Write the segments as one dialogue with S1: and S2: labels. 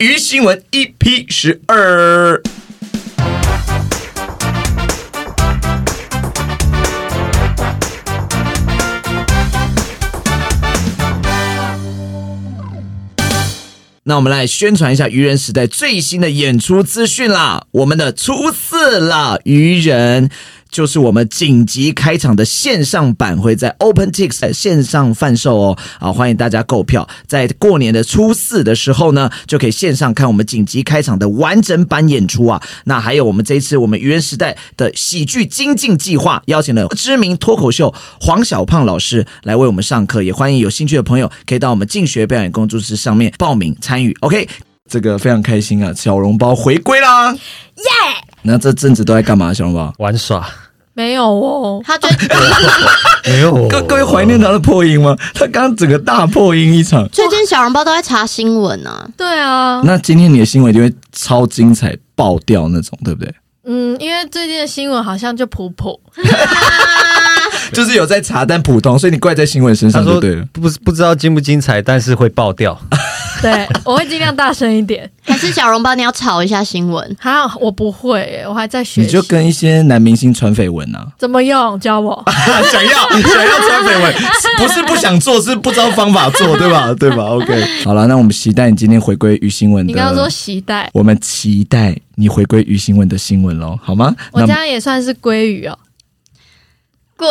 S1: 鱼新闻 EP 十二。那我们来宣传一下愚人时代最新的演出资讯啦！我们的初四啦，愚人就是我们紧急开场的线上版，会在 OpenTix 的线上贩售哦。啊，欢迎大家购票，在过年的初四的时候呢，就可以线上看我们紧急开场的完整版演出啊。那还有我们这一次我们愚人时代的喜剧精进计划，邀请了知名脱口秀黄小胖老师来为我们上课，也欢迎有兴趣的朋友可以到我们进学表演工作室上面报名参与。OK，这个非常开心啊，小笼包回归啦！耶！那这阵子都在干嘛？小笼包？
S2: 玩耍，
S3: 没有哦，
S4: 他最
S2: 没有
S1: 各各位怀念他的破音吗？他刚刚整个大破音一场。
S4: 最近小笼包都在查新闻啊，
S3: 对 啊，
S1: 那今天你的新闻就会超精彩爆掉那种，对不对？
S3: 嗯，因为最近的新闻好像就普普，
S1: 就是有在查，但普通，所以你怪在新闻身
S2: 他
S1: 上就
S2: 说
S1: 对了。
S2: 不不知道精不精彩，但是会爆掉。
S3: 对我会尽量大声一点。
S4: 还是小笼包你要炒一下新闻？
S3: 哈，我不会耶，我还在学
S1: 你
S3: 习
S1: 就跟一些男明星传绯闻 啊，
S3: 怎么用，教我。
S1: 想要想要传绯闻，不是不想做，是不知道方法做，对吧？对吧？OK，好了，那我们期待你今天回归于新闻的。
S3: 你刚刚说携带，
S1: 我们期待你回归于新闻的新闻喽，好吗？
S3: 我
S1: 那
S3: 这样也算是鲑鱼哦。
S4: 鲑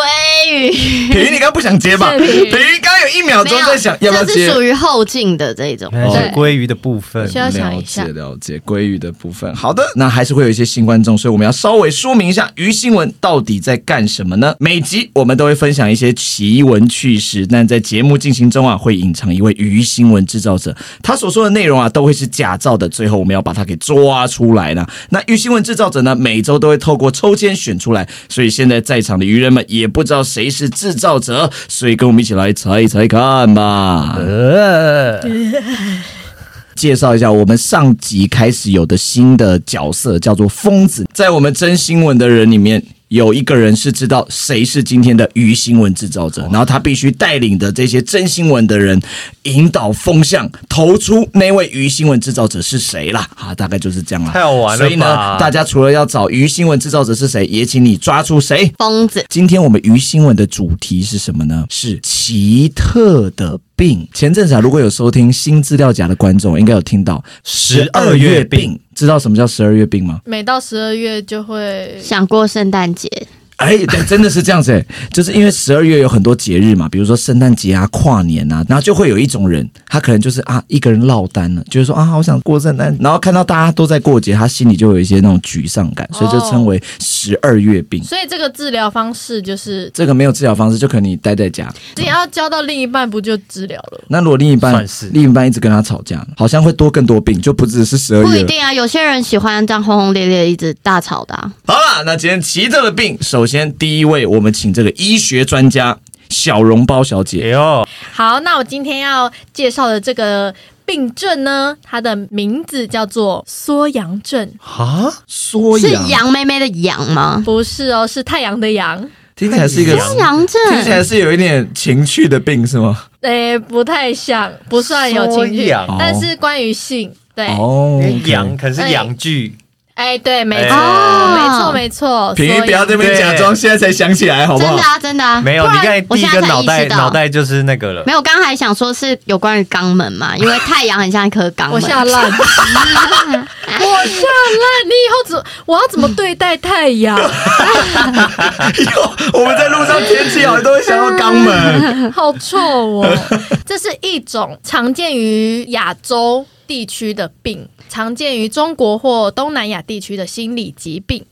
S4: 鱼，
S1: 品瑜，你刚刚不想接吧？
S3: 谢谢
S1: 品瑜刚刚有一秒钟啊在想要不要
S4: 这是
S1: 接。
S4: 属于后进的这种。
S2: 原来是鲑鱼的部分，
S3: 需要想一下
S1: 了解了解鲑鱼的部分。好的，那还是会有一些新观众，所以我们要稍微说明一下鱼新闻到底在干什么呢？每集我们都会分享一些奇闻趣事，但在节目进行中啊，会隐藏一位鱼新闻制造者，他所说的内容啊都会是假造的，最后我们要把它给抓出来呢。那鱼新闻制造者呢，每周都会透过抽签选出来，所以现在在场的鱼人们也不知道谁是制造者，所以跟我们一起来猜一猜看吧。
S2: 呃，
S1: 介绍一下我们上集开始有的新的角色，叫做疯子。在我们真新闻的人里面，有一个人是知道谁是今天的鱼新闻制造者，
S2: 哦
S1: 然后他必须带领的这些真新闻的人引导风向，投出那位鱼新闻制造者是谁啦。啊，大概就是这样啦。
S2: 太好玩了吧
S1: 所以呢，大家除了要找鱼新闻制造者是谁，也请你抓出谁。
S4: 疯子，
S1: 今天我们鱼新闻的主题是什么呢？是奇特的病。前阵子啊，如果有收听新资料夹的观众，应该有听到
S2: 12月病。
S1: 知道什么叫十二月病吗？
S3: 每到十二月就会，
S4: 想过圣诞节，
S1: 哎，对，真的是这样子哎，就是因为十二月有很多节日嘛，比如说圣诞节啊、跨年啊，然后就会有一种人，他可能就是啊一个人落单了，就是说啊好想过圣诞，然后看到大家都在过节，他心里就有一些那种沮丧感，所以就称为十二月病。
S3: 所以这个治疗方式就是，
S1: 这个没有治疗方式，就可能你待在家，
S3: 只要交到另一半不就治疗了？
S1: 那如果另一半
S2: 算是
S1: 另一半一直跟他吵架，好像会多更多病，就不只是十二
S4: 不
S1: 月
S4: 一。定啊。有些人喜欢这样轰轰烈烈一直大吵的、啊，
S1: 好了，那今天奇特的病，首先第一位，我们请这个医学专家小笼包小
S2: 哎
S1: 姐。
S2: 呦，
S3: 好，那我今天要介绍的这个病症呢，它的名字叫做缩阳症，
S2: 啊，
S1: 缩
S4: 是
S1: 阳，
S4: 羊妹妹的羊吗？
S3: 不是哦，是太阳的阳。
S1: 听起来是一个，
S2: 太
S1: 听
S2: 阳
S4: 羊
S1: 起来
S4: 症，
S1: 是有一点情趣的病是吗？
S3: 诶、呃不太像，不算有情
S2: 缩
S3: 绪
S2: 阳，
S3: 但是关于性，对，哎、
S1: 哦，
S2: 羊可能是羊具，
S3: 对，没错、
S4: 哎
S3: 没错，没错。
S1: 平
S3: 所
S1: 宜
S3: 以啊
S1: 不要这边假装，现在才想起来好不
S4: 真
S1: 好
S4: 的？啊，真的啊。
S2: 没有，
S4: 不
S2: 你
S4: 然
S2: 刚才
S4: 我
S2: 第一
S4: 现
S2: 个脑
S4: 在才
S2: 袋
S4: 意识到
S2: 脑袋就是那个了
S4: 没。有，我刚刚还想说是有关于肛门嘛，因为太阳很像一颗肛门。
S3: 我吓烂，我吓烂！你以后怎我要怎么对待太阳？
S1: 我们在路上天气好都会想要肛门，
S3: 好臭哦！ 这是一种常见于亚洲地区的病，常见于中国或东南亚地区的心理疾病。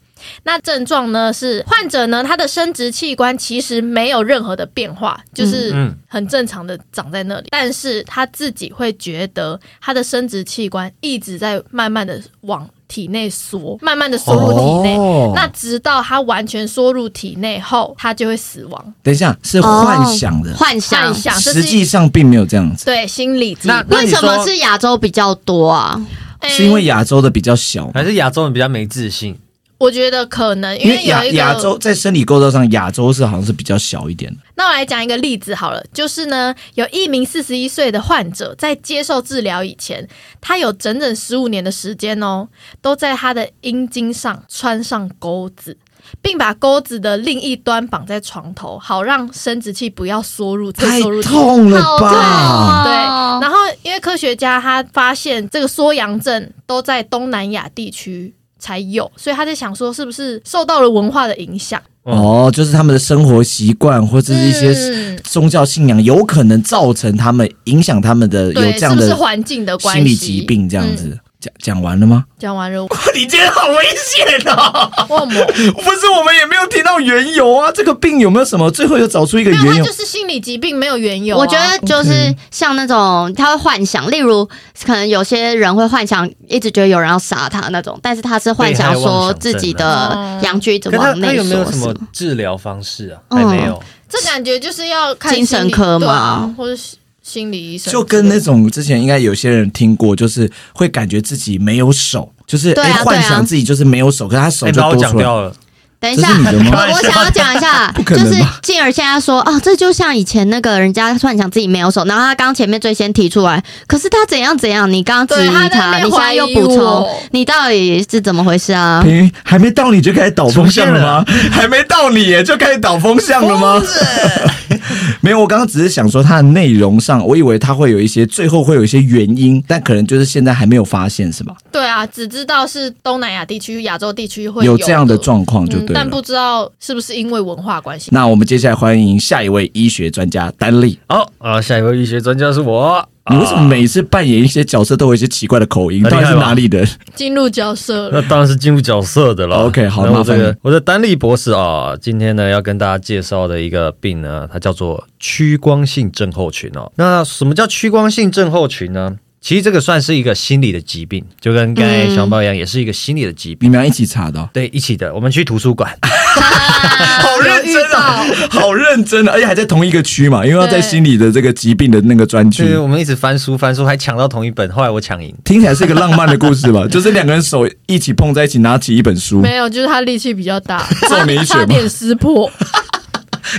S3: 那症状呢是患者呢他的生殖器官其实没有任何的变化，就是
S2: 嗯
S3: 很正常的长在那里，但是他自己会觉得他的生殖器官一直在慢慢的往体内缩，慢慢的缩入体内。
S1: 哦
S3: 那直到他完全缩入体内后，他就会死亡。
S1: 等一下是幻想的，
S4: 哦幻
S3: 幻
S4: 想。
S3: 想，这
S1: 实
S3: 是一
S1: 际上并没有这样子，
S3: 对心理疾
S2: 那
S3: 病，
S2: 那
S4: 为
S2: 你
S4: 什么
S2: 说
S4: 是亚洲比较多啊？
S3: 哎
S1: 是因为亚洲的比较小吗
S2: 还是亚洲人比较没自信？
S3: 我觉得可能因
S1: 因
S3: 为
S1: 为亚
S3: 有一
S1: 亚
S3: 个，
S1: 洲在生理构造上，亚洲是好像是比较小一点的。
S3: 那我来讲一个例子好了，就是呢，有一名四十一岁的患者在接受治疗以前，他有整整十五年的时间哦，都在他的阴茎上穿上钩子。并把钩子的另一端绑在床头，好让生殖器不要缩入，再
S1: 太
S3: 缩入进去
S1: 痛了
S4: 好痛
S1: 吧！
S4: 啊
S3: 对，
S4: 哦
S3: 然后因为科学家他发现这个缩阳症都在东南亚地区才有，所以他在想说是不是受到了文化的影响，
S1: 哦，就是他们的生活习惯或者是一些
S3: 嗯、
S1: 宗教信仰，有可能造成他们影响他们的有
S3: 对，
S1: 这
S3: 是
S1: 样
S3: 不
S1: 的
S3: 是环境的关系？
S1: 心理疾病这样
S3: 嗯
S1: 子。讲讲完了吗？
S3: 讲完
S4: 哦
S3: 了，
S1: 你今天好危险哦！
S3: 我没有，
S1: 不是，我们也没有听到缘由啊。这个病有没有什么？最后又找出一个
S3: 没有，
S1: 缘
S3: 他
S1: 由
S3: 就。是心理疾病，没有缘由啊、
S4: 我觉得就是像那种他会幻想，例如可能有些人会幻想一直觉得有人要杀他那种，但是他是幻想说自己
S3: 哦
S4: 的阳具一直
S2: 可他
S4: 往
S2: 他
S4: 内
S2: 有没有
S4: 缩，
S2: 什
S4: 是
S2: 么
S4: 吗
S2: 治疗方式啊？
S4: 嗯
S2: 还没有，
S3: 这感觉就是要看
S4: 精神科
S3: 心理对
S4: 嘛
S3: 啊或者是心理医生之类
S1: 就
S3: 的，
S1: 跟那种之前应该有些人听过，就是会感觉自己没有手，就是
S4: 对
S1: 哎、
S4: 啊对啊
S1: 幻想自己就是没有手，可是他手
S2: 哎，
S1: 就
S2: 把我
S1: 多
S2: 讲
S1: 出来。
S2: 掉了。
S4: 等一
S1: 这
S4: 下，
S1: 是你的吗？
S4: 我我 想要讲一下，
S1: 可
S4: 就
S1: 能
S4: 是
S1: 吧
S4: 静儿现在说啊、这就像以前那个人家幻想自己没有手，然后他刚前面最先提出来，可是他怎样怎样，你刚刚质
S3: 对
S4: 疑
S3: 他在那
S4: 他，
S3: 边
S4: 你现在又补
S3: 怀疑
S4: 充
S3: 我，
S4: 你到底是怎么回事啊？
S1: 平还没到你就开始倒风向了吗？还没到你耶就开始倒风向了吗？ 没有，我刚刚只是想说它的内容上，我以为它会有一些最后会有一些原因，但可能就是现在还没有发现，是吧？
S3: 对啊，只知道是东南亚地区、亚洲地区会
S1: 有这样的
S3: 的
S1: 状况就
S3: 嗯，
S1: 对了。
S3: 但不知道是不是因为文化关系。
S1: 那我们接下来欢迎下一位医学专家丹丽。
S2: 好啊，下一位医学专家是我。
S1: 你为什么每次扮演一些角色都有一些奇怪的口音？
S2: 啊很
S1: 到
S2: 厉害
S1: 底
S2: 吧
S1: 是哪里人？
S3: 进入交涉了
S2: 那，当然是进入角色的了。
S1: OK，好
S2: 那我
S1: 麻烦
S2: 这个
S1: 你
S2: 我的丹利博士啊，今天呢要跟大家介绍的一个病呢，它叫做屈光性症候群哦。那什么叫屈光性症候群呢？其实这个算是一个心理的疾病，就跟刚才
S1: 嗯
S2: 小猫一样，也是一个心理的疾病。
S1: 你们要一起查的哦、
S2: 对，一起的，我们去图书馆。
S1: 啊 好认真啊
S3: 有，
S1: 好认真啊，而且还在同一个区嘛，因为要在
S3: 对
S1: 心理的这个疾病的那个专区
S2: 就。是我们一直翻书翻书，还抢到同一本，后来我抢赢。
S1: 听起来是一个浪漫的故事 吧？就是两个人手一起碰在一起，拿起一本书。
S3: 没有，就是他力气比较大，
S1: 揍你一拳吗
S3: 差点撕破。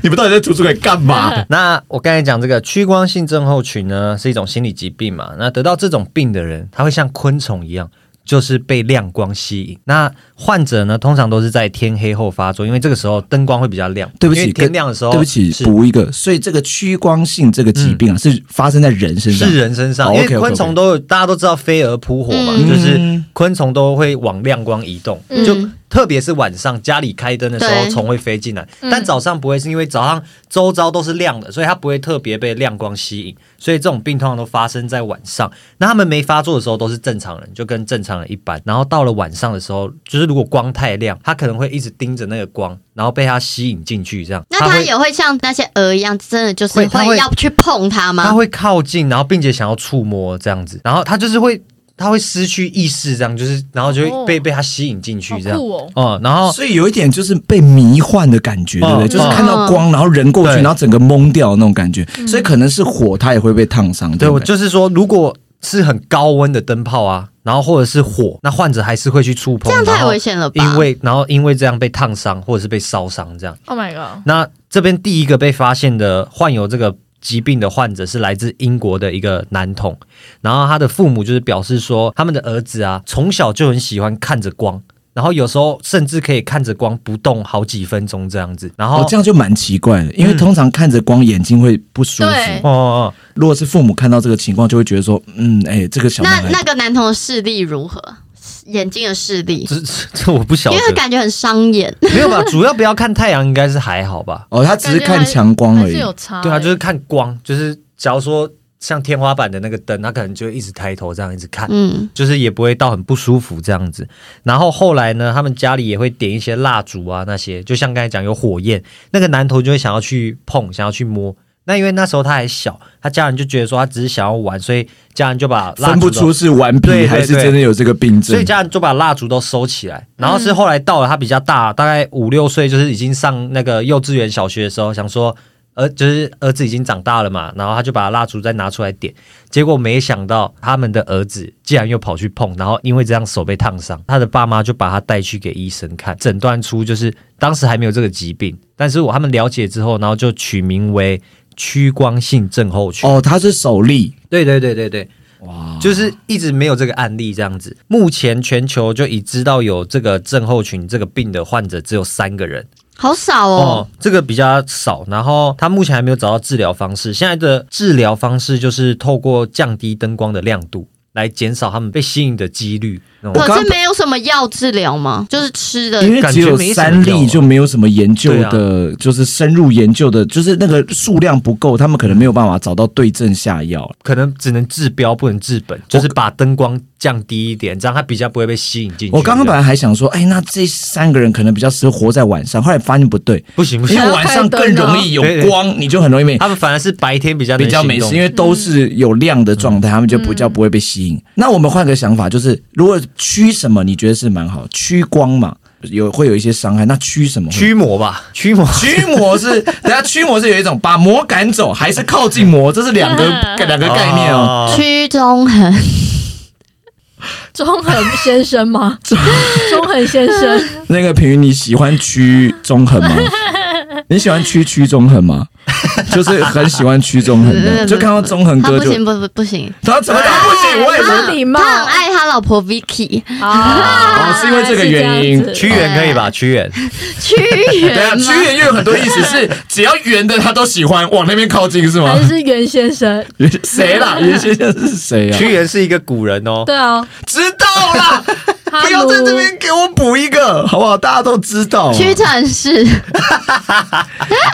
S1: 你们到底在图书馆干嘛？
S2: 那我刚才讲这个屈光性症候群呢，是一种心理疾病嘛。那得到这种病的人，他会像昆虫一样，就是被亮光吸引。那患者呢，通常都是在天黑后发作，因为这个时候灯光会比较亮。
S1: 对不起
S2: 因为天亮的时候，
S1: 对不起，
S2: 是
S1: 补一个。所以这个屈光性这个疾病
S3: 嗯
S1: 啊，是发生在人身上。
S2: 是人身上，
S1: 哦
S2: 因
S1: OK，OK，OK
S2: 为昆虫都有大家都知道飞蛾扑火嘛，
S4: 嗯
S2: 就是昆虫都会往亮光移动，
S4: 嗯
S2: 就特别是晚上家里开灯的时候，
S4: 对
S2: 虫会飞进来，
S3: 嗯
S2: 但早上不会，是因为早上周遭都是亮的，所以它不会特别被亮光吸引，所以这种病通常都发生在晚上。那他们没发作的时候都是正常人，就跟正常人一般，然后到了晚上的时候，就是如果光太亮，他可能会一直盯着那个光，然后被它吸引进去，这样。
S4: 那他
S2: 会
S4: 也会像那些蛾一样，真的就是
S2: 会他会
S4: 会要去碰它
S2: 他
S4: 吗？
S2: 会靠近，然后并且想要触摸这样子，然后他就是会，他会失去意识，这样就是，然后就
S3: 哦
S2: 会被、被他吸引进去这样。
S3: 好酷哦
S2: 嗯然后
S1: 所以有一点就是被迷幻的感觉，对
S3: 哦
S1: 不对？
S2: 嗯
S1: 就是看到光，然后人过去，
S2: 对
S1: 然后整个懵掉的那种感觉。
S3: 嗯
S1: 所以可能是火，它也会被烫伤。
S2: 对
S1: 不
S2: 我就是说，如果是很高温的灯泡啊，然后或者是火，那患者还是会去触碰，
S4: 这样太
S2: 然后
S4: 危险了吧
S2: 因为然后因为这样被烫伤或者是被烧伤这样。
S3: Oh my god！
S2: 那这边第一个被发现的患有这个疾病的患者是来自英国的一个男童，然后他的父母就是表示说，他们的儿子啊，从小就很喜欢看着光，然后有时候甚至可以看着光不动好几分钟这样子，然后
S1: 哦，这样就蛮奇怪的，因为通常看着光眼睛会不舒服。
S3: 嗯对
S2: 哦哦，
S1: 如果是父母看到这个情况，就会觉得说，嗯，哎、这个小
S4: 那
S1: 男孩
S4: 那个男童的视力如何？眼睛的视力，
S2: 这这这我不晓
S4: 因为
S2: 得，
S4: 感觉很伤眼。
S2: 没有吧？主要不要看太阳，应该是还好吧？
S1: 哦，他只是看强光
S3: 还
S1: 而
S3: 是
S1: 已。
S3: 有差欸、
S2: 对啊，就是看光，就是假如说像天花板的那个灯，他可能就一直抬头这样一直看，
S4: 嗯，
S2: 就是也不会到很不舒服这样子。然后后来呢，他们家里也会点一些蜡烛啊，那些就像刚才讲有火焰，那个男童就会想要去碰，想要去摸。那因为那时候他还小，他家人就觉得说他只是想要玩，所以家人就把蜡
S1: 分
S2: 烛
S1: 不
S2: 都
S1: 出是顽
S2: 对
S1: 皮
S2: 对
S1: 还是真的有这个病
S2: 所
S1: 症
S2: 以。家人就把蜡烛都收起来。然后是后来到了他比较大，大概五六岁，就是已经上那个幼稚园、小学的时候，想说。儿就是儿子已经长大了嘛，然后他就把蜡烛再拿出来点，结果没想到他们的儿子竟然又跑去碰，然后因为这样手被烫伤，他的爸妈就把他带去给医生看，诊断出就是当时还没有这个疾病，但是我他们了解之后，然后就取名为 屈光性症候群。
S1: 哦，他是首例，
S2: 对对对对对，
S1: 哇，
S2: 就是一直没有这个案例这样子。目前全球就已知道有这个症候群这个病的患者只有三个人。
S4: 好少哦
S2: 哦，，这个比较少，然后他目前还没有找到治疗方式。现在的治疗方式就是透过降低灯光的亮度来减少他们被吸引的几率。那种
S1: 我
S4: 可
S1: 刚
S4: 是没有什么药治疗吗？就是吃的
S1: 因为
S2: 感
S1: 只
S2: 觉
S1: 有
S2: 没什么
S1: 三
S2: 用
S1: 例，
S2: 啊
S1: 就没有什么研究
S2: 对啊
S1: 的，就是深入研究的，就是那个数量不够，他们可能没有办法找到对症下药。
S2: 可能只能治标不能治本，就是把灯光降低一点，这样他比较不会被吸引进去。
S1: 我刚刚
S2: 这
S1: 本
S2: 样
S1: 来还想说，哎，那这三个人可能比较适合活在晚上，后来发现不对，
S2: 不行不
S1: 因
S2: 行
S3: 还，
S1: 为
S3: 要
S1: 晚
S3: 开
S1: 上
S3: 灯
S1: 更
S3: 哦
S1: 容易有
S2: 对对
S1: 光，你就很容易被
S2: 他们反而是白天比较
S1: 比较没事，因
S2: 为
S1: 为都是有量的状
S4: 嗯
S1: 态，他们就比较不会被吸
S2: 嗯
S1: 引。那我们换个想法，就是如果驱什么，你觉得是蛮好，驱光嘛，有会有一些伤害。那驱什么？
S2: 驱魔吧，驱魔。
S1: 驱魔是，等下驱魔是有一种把魔赶走，还是靠近魔，这是两 个两个概念哦。
S2: 哦
S4: 屈中恒，
S3: 中恒先生吗？中恒先 生，
S1: 那个平云，你喜欢屈中恒 吗？你喜欢屈屈中恒吗？就是很喜欢屈中恒的， 就看到中恒
S4: 他
S1: 哥
S4: 不
S1: 就
S4: 行，不不不行，
S1: 他怎么他不行？我也
S3: 不
S1: 是
S3: 礼貌
S4: 他很爱他老婆 Vicky，
S3: 啊
S1: 哦是因为这个原因
S4: 啊
S3: 是这样子
S2: 屈原可以吧？屈 原，
S4: 屈
S1: 等下
S4: 原
S1: 屈
S4: 吗？
S1: 原啊又有很多意思，是只要圆的他都喜欢，往那边靠近是吗
S3: 还？是袁先生？
S1: 谁啦？袁先生是谁啊？
S2: 屈原是一个古人哦。
S3: 对啊，
S1: 知道啦，
S3: 哈
S1: 不要在这边给我补一个，好不好？大家都知道。
S4: 屈臣氏，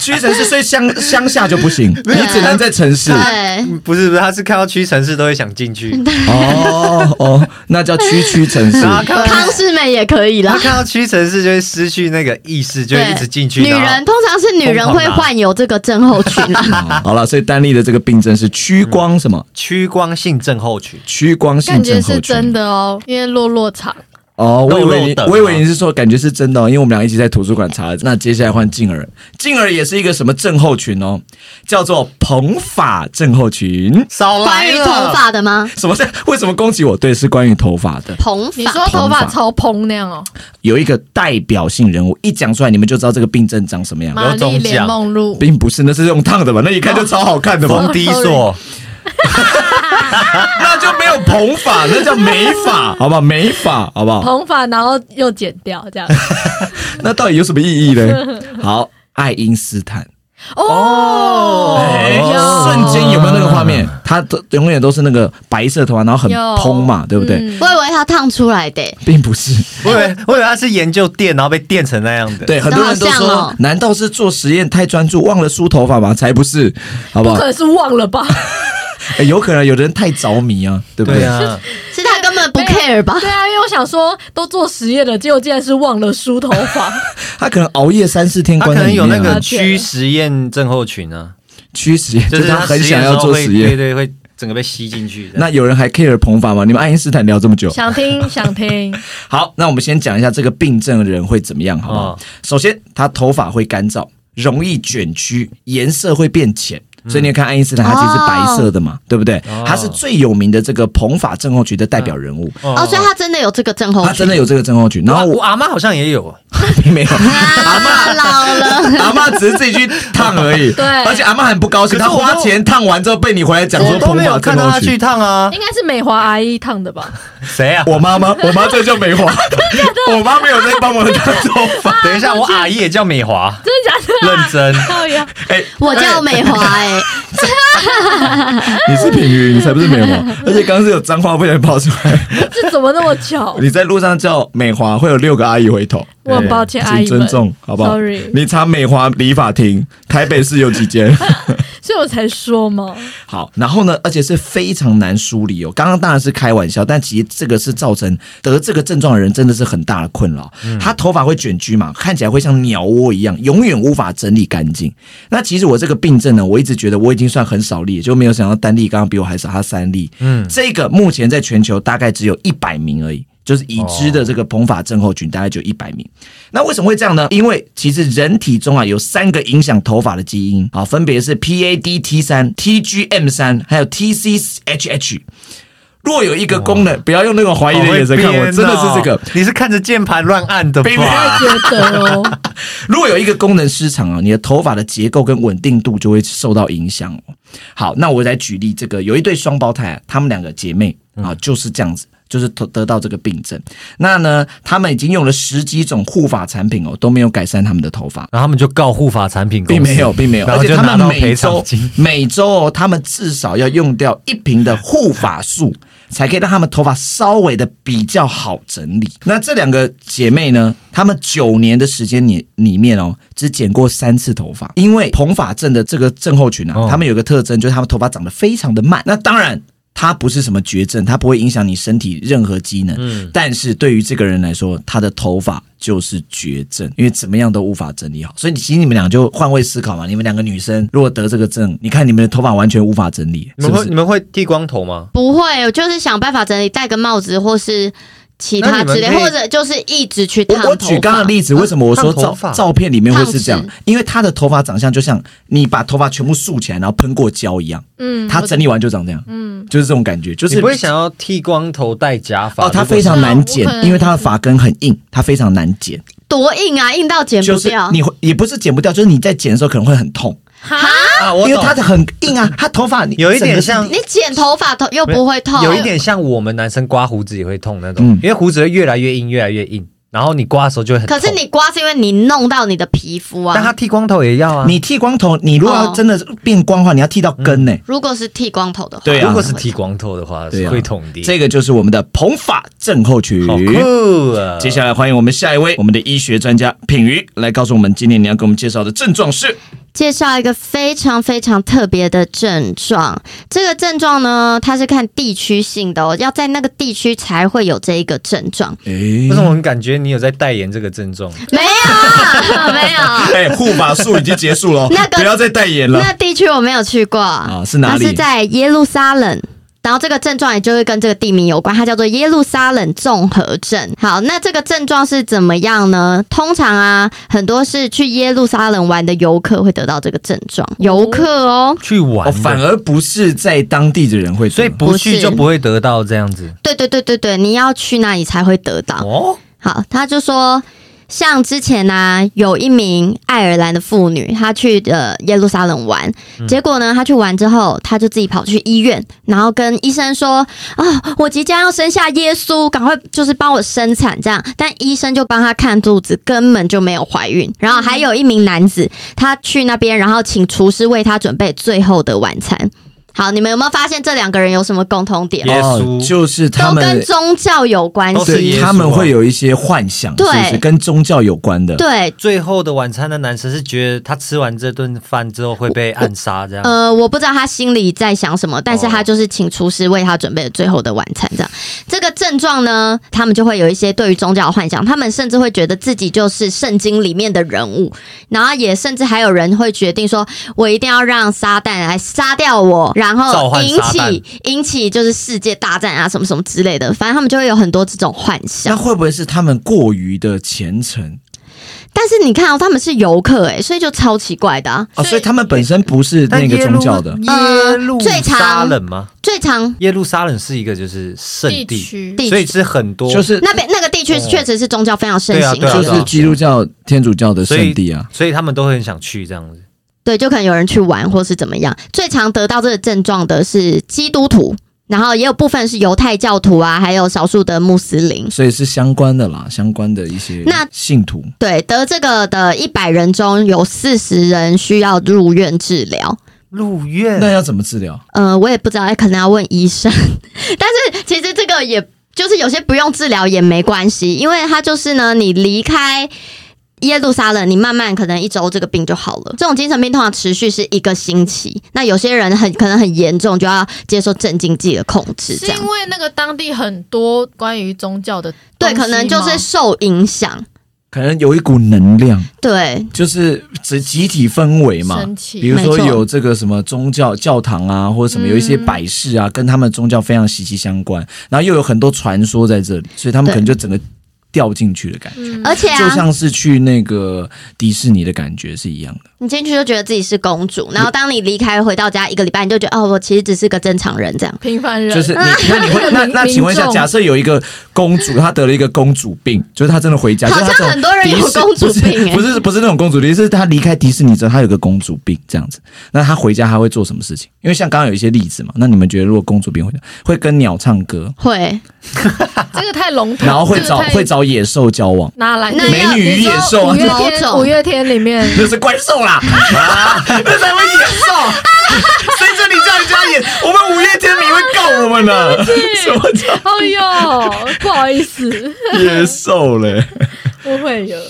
S1: 屈臣氏所以乡乡下就不行，
S4: 有
S1: 你只能在城市。
S4: 对，
S2: 不是不是，他是看到屈臣氏都会想进 去，
S1: 哦哦，那叫屈屈城市。
S2: 然后看到
S4: 康世美也可以啦
S2: 他。看到屈臣氏就会失去那个意识，就会一直进去。
S4: 女
S2: 然后
S4: 人通常是女人会患有这个症候群啊，
S1: 好了，所以丹立的这个病症是屈光什么？
S2: 屈光性症候群，
S1: 屈光性
S3: 感觉
S1: 症候
S3: 是
S1: 群。
S3: 真的哦，因为落落场
S1: 哦，我以为
S2: 肉肉
S1: 你
S2: 等，吗
S1: 我以为你是说感觉是真的、哦，因为我们俩一起在图书馆查。那接下来换静儿，静儿也是一个什么症候群哦，叫做蓬发症候群。
S2: 少
S4: 关于头。发的吗？
S1: 什么是？为什么攻击我？对，是关于头发的。
S4: 蓬
S3: 你
S4: 发
S3: 说头发超蓬那样哦，
S1: 有一个代表性人物，一讲出来你们就知道这个病症长什么样。
S3: 玛丽莲梦露，
S1: 并不是，那是用烫的吧？那一看就超好看的吧？
S2: 冯迪
S4: Oh,
S2: 所，
S1: 那就没有蓬发，那叫美发，好不好？美发，好不好？
S3: 蓬发然后又剪掉这样。
S1: 那到底有什么意义呢？好，爱因斯坦，
S3: 哦，
S1: 哎
S3: 有
S1: 瞬间有没有那个画面？
S2: 嗯
S1: 他都永远都是那个白色头发，然后很
S3: 有
S1: 蓬嘛，对不对？
S3: 嗯
S4: 我以为他烫出来的、欸
S1: 并不 是，
S2: 我以为我以为他是研究电，然后被电成那样的。，
S1: 对，很多人都
S4: 好像
S1: 说
S4: 哦，
S1: 难道是做实验太专注忘了梳头发吗？才不是，好不
S3: 不
S1: 好
S3: 可？能是忘了吧？
S1: 哎有可能有的人太着迷啊，对不
S2: 对
S1: 对？
S2: 啊，
S4: 是他根本不 care 吧？
S3: 对啊，因为我想说都做实验了，结果竟然是忘了梳头 发。
S1: 他可能熬夜三四天
S2: 他可
S1: 关在
S2: 能
S1: 里
S2: 有那
S1: 面
S2: 个
S1: 啊，
S2: 屈实验症候群啊，
S1: 驱实验，
S2: 就是
S1: 他很想要做实
S2: 对
S1: 验。
S2: 对，会整个被吸进去的。
S1: 那有人还 care 蓬发吗？你们爱因斯坦聊这么久，
S3: 想听想听，
S1: 好，那我们先讲一下这个病症的人会怎么样，好不好？
S2: 哦
S1: 首先，他头发会干燥，容易卷曲，颜色会变浅。所以你看，爱因斯坦他其实是白色的嘛，对不对？
S2: 嗯哦嗯
S1: 他是最有名的这个蓬发症候群的代表人物，
S4: 哦，所以他真的有这个症候群，
S1: 他真的有这个症候群。然
S2: 然后
S1: 后
S2: 我
S1: 我
S2: 阿妈好像也有，
S1: 并没有，
S4: 啊，老了。
S1: 阿妈只是自己去烫而 已。
S3: 对
S1: 而且阿妈很不高兴，
S2: 可
S1: 她
S2: 是我
S1: 花
S2: 都
S1: 钱烫完之后被你回来讲说
S2: 我都
S1: 蓬
S2: 没
S1: 发
S2: 有看
S1: 症候
S2: 到他去
S1: 群。
S2: 烫啊。
S3: 应该是美华阿姨烫的吧？
S2: 谁啊？
S1: 我妈妈，我妈这就没 花，我妈没有在帮我烫头发。
S2: 等一下，我阿姨也叫美华，
S3: 真的假的？啊
S2: 认真。
S3: 靠呀！
S1: 哎，
S4: 我叫美华哎、
S1: 你是品鱼，你才不是美华。 而且刚刚是有脏话不小心跑出来。
S3: 这怎么那么巧？
S1: 你在路上叫美华，会有六个阿姨回头，
S3: 我很抱歉，阿
S1: 请
S3: 姨
S1: 尊
S3: 们，
S1: 重，好不好
S3: Sorry
S1: 你查美华理发厅，台北市有几间？
S3: 所以我才说嘛。
S1: 好，然后呢，而且是非常难梳理哦。刚刚当然是开玩笑，但其实这个是造成得这个症状的人真的是很大的困扰。他头发会卷曲嘛，看起来会像鸟窝一样，永远无法整理干净。那其实我这个病症呢，我一直觉得我已经算很少例，就没有想到单例刚刚比我还少，他三例。嗯，这个目前在全球大概只有一百名而已。就是已知的这个彭法症候群大概就一百名。那为什么会这样呢？因为其实人体中啊有三个影响头发的基因啊，分别是 PADT 三、TGM 三，还有 TCHH。若有一个功能，不要用那种怀疑的眼神看
S2: 好
S1: 我，
S2: 会编
S1: 真的是这个
S2: 哦。你是看着键盘乱按的
S1: 别别
S2: 吧？
S3: 觉得哦，
S1: 如果有一个功能失常啊，你的头发的结构跟稳定度就会受到影响哦。好，那我来举例，这个有一对双胞胎、啊，她们两个姐妹
S2: 嗯
S1: 啊，就是这样子。就是得得到这个病症，那呢，她们已经用了十几种护发产品哦，都没有改善她们的头发，
S2: 然后他们就告护发产品公
S1: 并
S2: 司，
S1: 没有，并没有，
S2: 然
S1: 而
S2: 后
S1: 且
S2: 就
S1: 她
S2: 拿
S1: 们
S2: 到
S1: 每
S2: 赔偿
S1: 周
S2: 金。
S1: 每周哦，她们至少要用掉一瓶的护发素，才可以让她们头发稍微的比较好整理。那这两个姐妹呢，她们九年的时间里里面哦，只剪过三次头发，因为蓬发症的这个症候群啊
S2: 哦，
S1: 她们有个特征就是她们头发长得非常的慢。那当然。它不是什么绝症，它不会影响你身体任何机能。
S2: 嗯
S1: 但是对于这个人来说，他的头发就是绝症，因为怎么样都无法整理好。所以其实你们俩就换位思考嘛，你们两个女生如果得这个症，你看你们的头发完全无法整理，
S2: 你
S1: 是
S2: 们
S1: 不
S2: 会
S1: 是
S2: 你？们会剃光头吗？
S4: 不会，我就是想办法整理，戴个帽子或是其
S2: 那
S4: 他
S2: 你们
S4: 之类，
S2: 可以
S4: 或者就是一直去烫
S1: 我
S4: 头
S1: 我举刚刚的
S4: 发
S1: 例子，为什么我说
S2: 烫头
S1: 照
S2: 发
S1: 照片里面会是这样
S4: 烫直？
S1: 因为她的头发长相就像你把头发全部竖起来，然后喷过胶一样，
S3: 嗯，
S1: 她整理完就长这样，嗯，就是这种感觉，就是
S2: 你不会想要剃光头戴假发？
S1: 哦，她
S2: 如果
S1: 非常难剪
S3: 我可，能
S1: 因为她的发根很硬，她非常难剪。
S4: 多硬啊，硬到剪
S1: 就
S4: 不
S1: 是
S4: 掉。
S1: 你会也不是剪不掉，就是你在剪的时候可能会很痛，
S3: 哈，
S2: 啊，我
S1: 因为
S2: 懂
S1: 它的很硬啊，它头发你
S2: 有一点
S1: 整个是
S2: 像
S4: 你剪头发头又不会痛，
S2: 有一点像我们男生刮胡子也会痛那种，
S1: 嗯
S2: 因为胡子会越来越硬，越来越硬，然后你刮的时候就会很痛。
S4: 可是，你刮是因为你弄到你的皮肤
S2: 但他
S4: 啊。
S2: 剃光头也要啊。
S1: 你剃光头，你如果要
S4: 哦
S1: 真的变光的话，你要剃到根呢、
S4: 如果是剃光头的话，
S1: 哦对啊
S2: 如果是剃光头的话，
S1: 对
S2: 是
S1: 啊
S2: 会痛的。
S1: 这个就是我们的蓬发症候群。
S2: 好酷啊！
S1: 接下来欢迎我们下一位我们的医学专家品瑜来告诉我们，今天你要给我们介绍的症状是
S4: 介绍一个非常非常特别的症状。这个症状呢，它是看地区性的哦，要在那个地区才会有这一个症状。
S1: 诶
S2: 为什么我感觉你有在代言这个症状？
S4: 没有， 没有。
S1: 哎，护发术已经结束了
S4: 那个
S1: 不要再代言
S4: 那
S1: 了。
S4: 地区我没有去过
S1: 啊是哪里
S4: 它是在耶路撒冷。然后这个症状也就会跟这个地名有关，它叫做耶路撒冷综合症。好，那这个症状是怎么样呢？通常啊，很多是去耶路撒冷玩的游客会得到这个症状，游客哦，
S2: 去玩
S1: 哦，
S2: 的，
S1: 反而不是在当地的人会得，
S2: 所以不去就不会得到这样子
S4: 对对对对对，你要去那里才会得到。
S2: 哦。
S4: 好，他就说，像之前呢、有一名爱尔兰的妇女，她去呃耶路撒冷玩，
S2: 嗯
S4: 结果呢，她去玩之后，她就自己跑去医院，然后跟医生说：“啊、我即将要生下耶稣，赶快就是帮我生产这样。”但医生就帮她看肚子，根本就没有怀孕。然后还有一名男子，他去那边，然后请厨师为他准备最后的晚餐。好，你们有没有发现这两个人有什么共同点？
S2: 耶
S1: 哦
S2: 稣，
S1: 就是他
S4: 都跟
S1: 们
S4: 宗教有关
S2: 都是
S4: 系
S2: 耶。
S1: 对
S2: 稣啊
S1: 他们会有一些幻想，是
S4: 对
S1: 不是跟宗教有关的？
S4: 对，
S2: 最后的晚餐的男生是觉得他吃完这顿饭之后会被暗杀这样。
S4: 呃，我不知道他心里在想什么，但是
S2: 哦
S4: 他就是请厨师为他准备了最后的晚餐。这样，这个症状呢，他们就会有一些对于宗教的幻想，他们甚至会觉得自己就是圣经里面的人物，然后也甚至还有人会决定说，我一定要让撒旦来杀掉我，然
S2: 召
S4: 后
S2: 唤
S4: 引
S2: 撒旦
S4: 起引起就是世界大战啊，什么什么之类的。反正他们就会有很多这种幻
S1: 那
S4: 想。
S1: 会不会是他们过于的虔诚
S4: 但是你看哦，他们是游客诶、所以就超奇怪的、啊。
S1: 哦？所以他们本身不是那个宗教的。
S3: 呃
S2: 耶路
S4: 最常
S2: 撒冷吗？
S4: 最常
S2: 耶路撒冷是一个就是圣
S3: 地
S2: 地，
S3: 区
S4: 地
S2: 所以
S4: 区
S2: 是很多
S1: 就是
S4: 那边那个地区确实是宗教非常盛
S2: 对啊
S4: 行
S2: 对
S4: 的
S2: 啊
S4: 地
S1: 就
S4: 区。
S1: 是基督教、天主教的
S2: 所以
S1: 圣地
S4: 嗯
S1: 啊，
S2: 所以他们都很想去这样子。
S4: 对，就可能有人去玩或是怎么样。最常得到这个症状的是基督徒，然后也有部分是犹太教徒啊，还有少数的穆斯林。
S1: 所以是相关的啦，相关的一些
S4: 那
S1: 信徒。
S4: 对，得这个的一百人中有四十人需要入院治疗。
S2: 入
S4: 嗯
S2: 院
S1: 那要怎么治疗？
S4: 呃，我也不知道，可能要问医生。 但是其实这个也就是有些不用治疗也没关系，因为它就是呢，你离开。耶路撒冷，你慢慢可能一周这个病就好了。这种精神病通常持续是一个星期，那有些人很可能很严重，就要接受镇静剂的控制，
S3: 是
S4: 这样
S3: 因为那个当地很多关于宗教的东西吗，
S4: 对，可能就是受影响。
S1: 可能有一股能量，
S4: 对，
S1: 就是集集体氛围嘛
S3: 生。气
S1: 比如说
S4: 没错嗯
S1: 有这个什么宗教教堂啊，或者什么有一些摆饰啊，跟他们宗教非常息息相关。然后又有很多传说在这里，所以他们
S4: 对
S1: 可能就整个掉进去的感觉，
S3: 嗯
S4: 而且
S1: 就
S4: 啊，
S1: 像是去那个迪士尼的感觉是一样的。
S4: 你进去就觉得自己是公主，然后当你离开回到家一个礼拜，你就觉得哦，我其实只是个正常人这样。
S3: 平凡人
S4: 啊
S1: 就是你，那你 会那那请问一下，
S3: 民众
S1: 假设有一个公主，她得了一个公主病，就是她真的回家，
S4: 好像
S1: 就是她这种
S4: 很多人有
S1: 迪士
S4: 公主病欸
S1: 不是不是不是那种公主病，是她离开迪士尼之后，她有个公主病这样子。那她回家她会做什么事情？因为像刚刚有一些例子嘛，那你们觉得如果公主病回家，会跟鸟唱歌，
S4: 会，
S3: 这个太笼 统，
S1: 然后会
S3: 这个
S1: 找
S3: 太
S1: 会找野兽交往，
S3: 拿来
S4: 那
S1: 美女与野兽
S3: 五
S1: 啊
S3: 月，
S4: 某
S3: 天，
S4: 种
S3: 五月天里面
S1: 那是怪兽啦，啊，那才会野兽。 随着你这样加演，我们五月天迷会告我们呢。什么叫
S3: 哎 呦，不好意思，
S1: 野兽嘞？
S3: 误会了。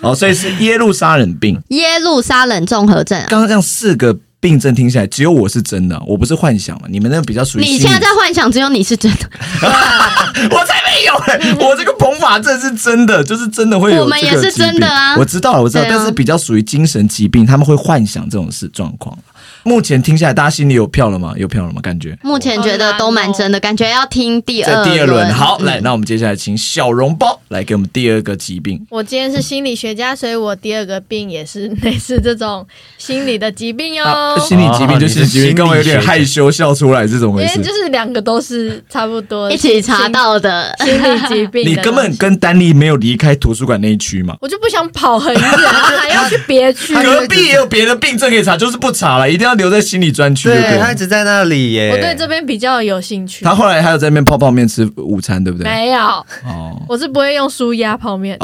S1: 哦，所以是耶路撒冷病。
S4: 耶路撒冷综合症啊、
S1: 刚刚这样四个病症听起来，只有我是真的，我不是幻想嘛？你们那个比较属于
S4: 你
S1: 心理
S4: 现在在幻想，只有你是真 的，
S1: 我才没有嘞、我这个彭法症是真的，就是真的会有
S4: 我们
S1: 这个
S4: 也是
S1: 疾病
S4: 真的啊
S1: 我知道了，我知道，
S4: 对啊
S1: 但是比较属于精神疾病，他们会幻想这种事状况。啊目前听下来，大家心里有票了吗？有票了吗？感觉。
S4: 目前觉得都蛮真的，感觉要听第
S1: 在
S4: 二
S1: 第二轮，好，
S4: 嗯
S1: 来，哦那我们接下来请小笼包来给我们第二个疾病。
S3: 我今天是心理学家，所以我第二个病也是类似这种心理的疾病哟。
S1: 啊，心理疾病就
S2: 哦
S1: 心理疾
S2: 你是
S1: 病，刚刚有
S2: 心理
S1: 点
S2: 学
S1: 害羞笑出来，是怎么
S3: 因
S1: 回
S3: 为就
S1: 事？
S3: 是两个都是差不多
S4: 一起查到 的。
S3: 心理疾病的东
S1: 你
S3: 西，
S1: 根本跟丹妮没有离开图书馆那一区嘛？
S3: 我就不想跑很远，还要去别 区。
S1: 隔壁也有别的病症可以查，就是不查了，一定要留在心理专区，对不
S2: 对他一
S1: 对？
S2: 直在那里耶。
S3: 我对这边比较有兴趣。
S1: 他后来还有在那边泡泡面吃午餐，对不对？
S3: 没有，
S1: 哦，
S3: 我是不会用舒压泡面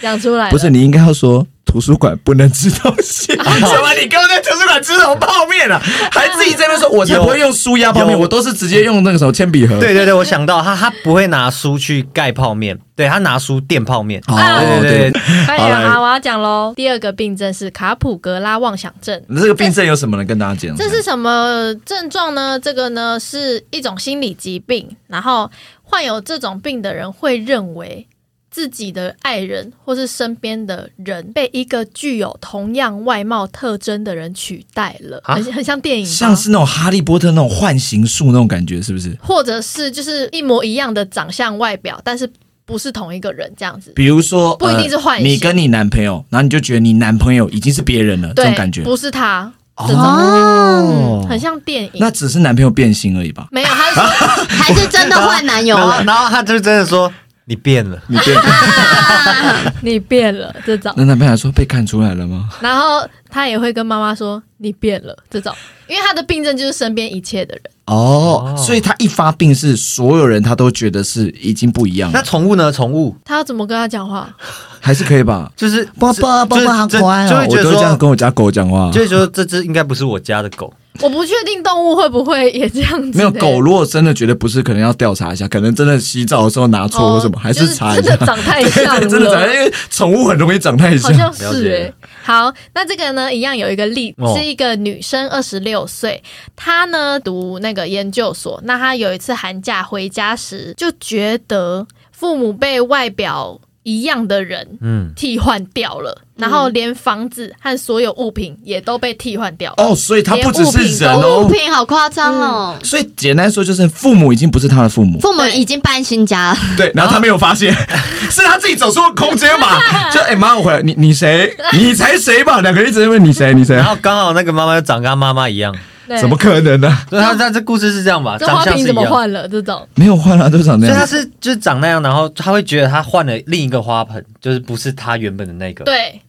S3: 讲出来了。
S1: 啊不是，你应该要说图书馆不能啊吃 东西。什么？你刚刚在图书馆吃什么泡面啊？还自己在那边说， 我才不会用舒压泡面，
S2: 有
S1: 我都是直接用那个什么铅笔盒。
S2: 对对对，我想到他，他不会拿书去盖泡面，对他拿书垫泡面。
S1: 哦，
S2: 对对
S1: 对
S2: 对对，
S3: 快
S1: 好
S3: 点
S1: 来
S3: 啊！我要讲喽。第二个病症是卡普格拉妄想症。
S1: 那这个病症有什么能跟大家讲？
S3: 这是什么症状呢？这个呢是一种心理疾病，然后患有这种病的人会认为自己的爱人或是身边的人被一个具有同样外貌特征的人取代了，
S2: 啊
S3: 很很像电影吧，
S1: 像是那种哈利波特那种幻形术那种感觉，是不是？
S3: 或者是就是一模一样的长相外表，但是不是同一个人这样子。
S1: 比如说，
S3: 不一定是幻
S1: 呃你
S3: 形
S1: 跟你男朋友，然后你就觉得你男朋友已经是别人了，这
S3: 对
S1: 种，感觉。
S3: 不是他，这种、
S1: 哦
S3: 嗯很像电影。
S1: 那只是男朋友变心而已吧？
S3: 没有，他 是 说
S4: 还是真的换男友
S2: 然
S4: 啊
S2: 后？然后他就真的说你变了，
S1: 你变，
S3: 你变了这种。
S1: 那男朋友还说被看出来了吗？
S3: 然后他也会跟妈妈说你变了这种，因为他的病症就是身边一切的人，
S1: 哦，
S2: 哦
S1: 所以他一发病是所有人他都觉得是已经不一样
S2: 那
S1: 了，
S2: 宠物呢？宠物
S3: 他要怎么跟他讲话？
S1: 还是可以吧？
S2: 就是
S1: 爸爸，
S2: 就
S1: 爸
S2: 是
S1: 爸好
S2: 就
S1: 可爱
S2: 就
S1: 哦！
S2: 会
S1: 我
S2: 觉
S1: 都
S2: 得
S1: 这样
S2: 说，
S1: 跟我家狗讲话
S2: 就。会觉得这只应该不是我家的狗。
S3: 我不确定动物会不会也这样子、
S1: 没有狗，如果真的觉得不是，可能要调查一下，可能真的洗澡的时候拿
S3: 欸
S1: 错或什么，
S3: 哦
S1: 还是查一
S3: 就
S1: 下
S3: 真的。长太 像了，
S1: 真的长，因为宠物很容易长太
S3: 好
S1: 像。
S3: 像是哎、
S2: 了
S3: 好，那这个呢，一样有一个例，
S2: 哦
S3: 是一个女生，二十六岁，她呢读那个研究所。那她有一次寒假回家时，就觉得父母被外表一样的人
S2: 嗯，
S3: 替换掉了，然后
S1: 嗯
S3: 连房子和所有物品也都被替换掉了。
S1: 哦，所以 它不只是人
S4: 物
S1: 哦。
S4: 品好夸张哦！
S1: 所以简单说就是，父母已经不是他的父母，
S4: 父母已经搬新家了，
S1: 对，啊然后他没有发 现，是他自己走出了空间 嘛？就哎妈，我回来，你你谁？你才谁吧？两个人一直在问你谁你谁
S2: 然，后刚好那个妈妈又长跟她妈妈一样，
S3: 对
S1: 怎么可能呢？
S2: 所以他他这故事是这样吧？
S3: 这
S2: 长
S3: 花
S2: 相
S3: 瓶
S2: 是
S3: 怎
S2: 一
S3: 么
S2: 样。
S3: 换了？这种
S1: 没有换啊，都长这
S2: 所
S1: 样
S2: 以他。是就是长那样，然后他会觉得他换了另一个花盆，就是不是他原本的那个。，
S3: 对，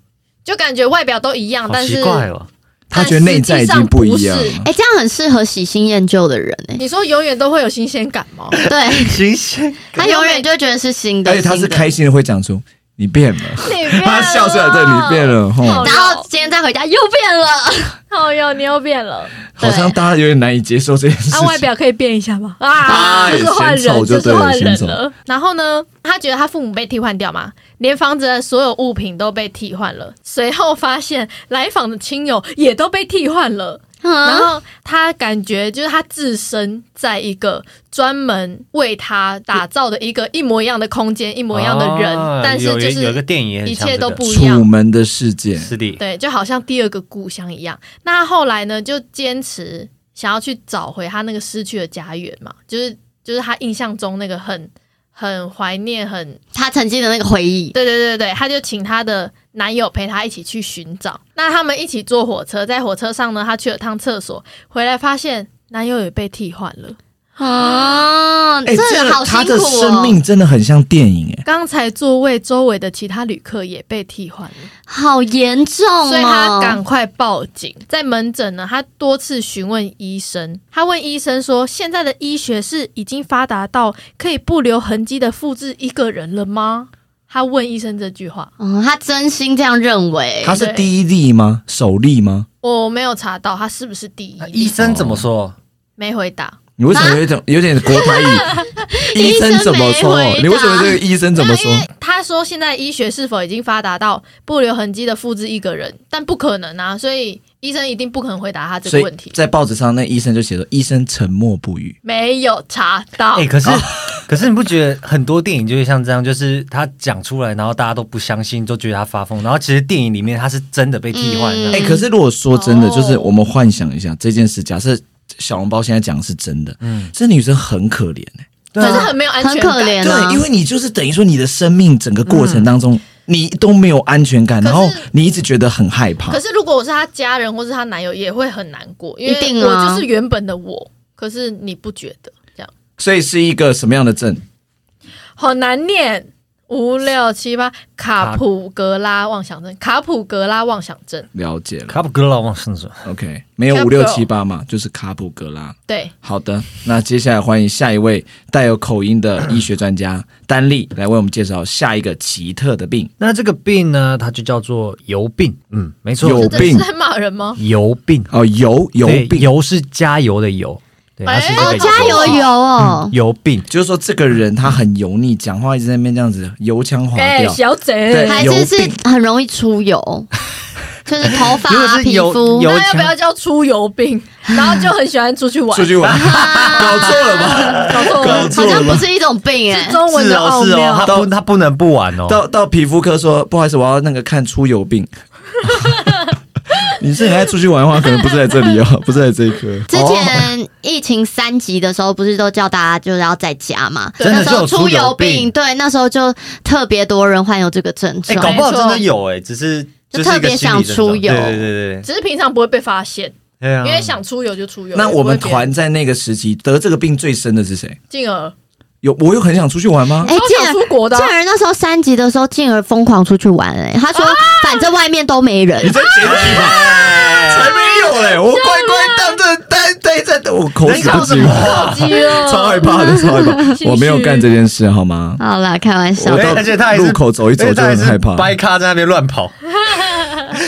S3: 就感觉外表都一样，
S2: 好
S3: 但
S2: 奇
S3: 是
S2: 怪哦。
S1: 他觉得内在已经不一样
S3: 但实际上
S1: 了。
S4: 哎、这样很适合喜新厌旧的人哎、
S3: 你说永远都会有新鲜感吗？
S4: 对
S2: 行行，
S4: 他永远就会觉得是新的，
S1: 而且他是
S4: 新的
S1: 开心的会讲出你变了，
S3: 你变了，
S1: 他笑出来，对你变，了，吼
S3: 好，
S4: 然后今天再回家又变了，
S3: 哦哟，你又变了。
S1: 好像大家有点难以接受这件事
S3: 啊，外
S1: 情。
S3: 表可以变一下吗？
S1: 啊
S3: 啊，就是换
S1: 嫌丑
S3: 人，
S1: 就对
S3: 是
S1: 了
S3: 换人
S1: 嫌
S3: 了。然后呢，他觉得他父母被替换掉嘛，连房子的所有物品都被替换了。随后发现来访的亲友也都被替换了。然
S1: 嗯
S3: 后他感觉就是他自身在一个专门为他打造的一个一模一样的空间，一模一样的人，
S2: 啊
S3: 但是
S2: 有
S3: 就
S2: 一有一个
S3: 是
S2: 电影也很
S3: 一
S2: 像
S3: 切
S2: 这
S3: 都
S2: 个
S3: 不一样
S1: 楚。门的世界，
S2: 是的，
S3: 对，就好像第二个故乡一样。那他后来呢，就坚持想要去找回他那个失去的家园嘛，就是就是他印象中那个很很怀念、很
S4: 他曾经的那个回忆，
S3: 对对对对，他就请他的男友陪他一起去寻找。那他们一起坐火车，在火车上呢，他去了趟厕所，回来发现男友也被替换了。
S4: 哦，
S1: 哎、
S4: 这
S1: 个
S4: 个好
S1: 他
S4: 辛
S1: 的
S4: 苦
S1: 生
S4: 哦，
S1: 命真的很像电影哎、
S3: 刚才座位周围的其他旅客也被替换了。
S4: 好严重哦。
S3: 所以他赶快报警。在门诊呢，他多次询问医生，他问医生说：“现在的医学是已经发达到可以不留痕迹的复制一个人了吗？”他问医生这句话，
S4: 哦，他真心这样认为
S1: 他，是第一例吗？首例吗？
S3: 我没有查到他是不是第一
S2: 那
S3: 例
S2: 医生怎么说？
S3: 没回答。
S1: 你为什么有一种、有点国台语？医生怎么说
S4: 医生没回？答
S1: 你为什么这个医生怎么说？
S3: 他说：“现在医学是否已经发达到不留痕迹的复制一个人？但不可能啊，所以医生一定不可能回答他这
S1: 所
S3: 个
S1: 以
S3: 问题。
S1: 在报纸上，那医生就写说医生沉默不语。
S3: 没有查到。
S2: 哎、可是、可是你不觉得很多电影就是像这样，就是他讲出来，然后大家都不相信，都觉得他发疯，然后其实电影里面他是真的被替换的。
S1: 哎、
S4: 嗯
S1: 可是如果说真的，
S3: 哦
S1: 就是我们幻想一下这件事，假设小笼包现在讲的是真的，
S2: 嗯
S1: 这女生很可怜哎、
S2: 对
S3: 就是
S2: 啊，
S3: 很没有安全
S4: 很
S3: 感，
S4: 可怜啊
S1: 对，因。为你就是等于说你的生命整个过程当中，你都没有安全感，
S3: 嗯可是
S1: 然后你一直觉得很害怕
S3: 可。是如果我是她家人或是她男友，也会很难过，因为
S4: 一定
S3: 我
S4: 啊
S3: 就是原本的我。可是你不觉得这样
S1: 所以是一个什么样的症？
S3: 好难念？五六七八，卡普格拉妄想症，卡普格拉妄想症，
S1: 了解了
S2: 卡普格拉往上走，
S1: ，OK，没有
S3: Capro
S1: 五六七八嘛，就是卡普格拉。
S3: 对，
S1: 好的，那接下来欢迎下一位带有口音的医学专家丹丽来为我们介绍下一个奇特的病。
S2: 那这个病呢，它就叫做油病。嗯，没错，
S1: 有
S3: 这真
S1: 病
S3: 的是在骂人吗？
S2: 油病，
S1: 哦，油油
S2: 对
S1: 病，
S2: 油是加油的油，对，它是这
S3: 哎
S2: 个
S3: 哦
S4: 加油油哦，
S2: 油病。
S1: 就是说这个人他很油腻，讲话一直在那边这样子油腔滑
S3: 哎、
S1: 调。
S3: 小
S1: 对
S3: 姐，
S4: 还
S1: 油
S4: 是
S1: 病
S4: 是很容易出油，就是头发
S2: 如果
S4: 啊、
S2: 是
S4: 皮
S2: 油
S4: 肤
S2: 油
S3: 那要不要叫出 油病？然后就很喜欢出去玩，
S1: 出去玩，搞错了吧？
S3: 搞错了
S1: 搞
S3: 吗，
S1: 错
S4: 好
S1: 了
S4: 像
S1: 吧
S4: 不？是一种病哎、
S3: 是中文
S2: 是
S3: 的
S2: 哦
S3: 奥
S2: 是哦，
S3: 妙。
S2: 他不他不能不玩哦。
S1: 到到皮肤科说，不好意思，我要那个看出油病。 你是很爱出去玩的话，可能不是在这里哦， 不是在这一科。
S4: 之前疫情三级的时候，不是都叫大家就是要在家嘛？
S2: 真的
S4: 那时候
S2: 就有出
S4: 出
S2: 油
S4: 油
S2: 病
S4: 对，那时候就特别多人患有这个症
S2: 哎、
S4: 状。
S3: 哦
S2: 搞不好真的有哎、只是
S4: 就是
S2: 一
S4: 特
S2: 个
S4: 别
S2: 心理
S4: 想
S2: 症状
S4: 出油
S2: 对对对对
S3: 只是平常不会被发现，
S2: 对啊，
S3: 因为想出游就出游。
S1: 嗯那我们
S3: 也不会别人
S1: 团在那个时期得这个病最深的是谁？
S3: 进而
S1: 有我有很想出去玩吗？
S4: 哎
S3: 超想出国的啊
S4: 静，儿那时候三级的时候，静儿疯狂出去玩哎、她
S3: 啊
S4: 说反正外面都没人，
S1: 在检举吗？才没有嘞！我乖乖当着待待在，我口齿不清，
S3: 好极 了，
S1: 超害怕的，超害怕。我没有干这件事，好吗？
S4: 好啦，开玩笑
S1: 我
S4: 的。
S1: 到
S2: 哎而且他还是
S1: 路口走一走
S2: 而且他还是
S1: 就很害怕
S2: 掰咖在那边 乱跑。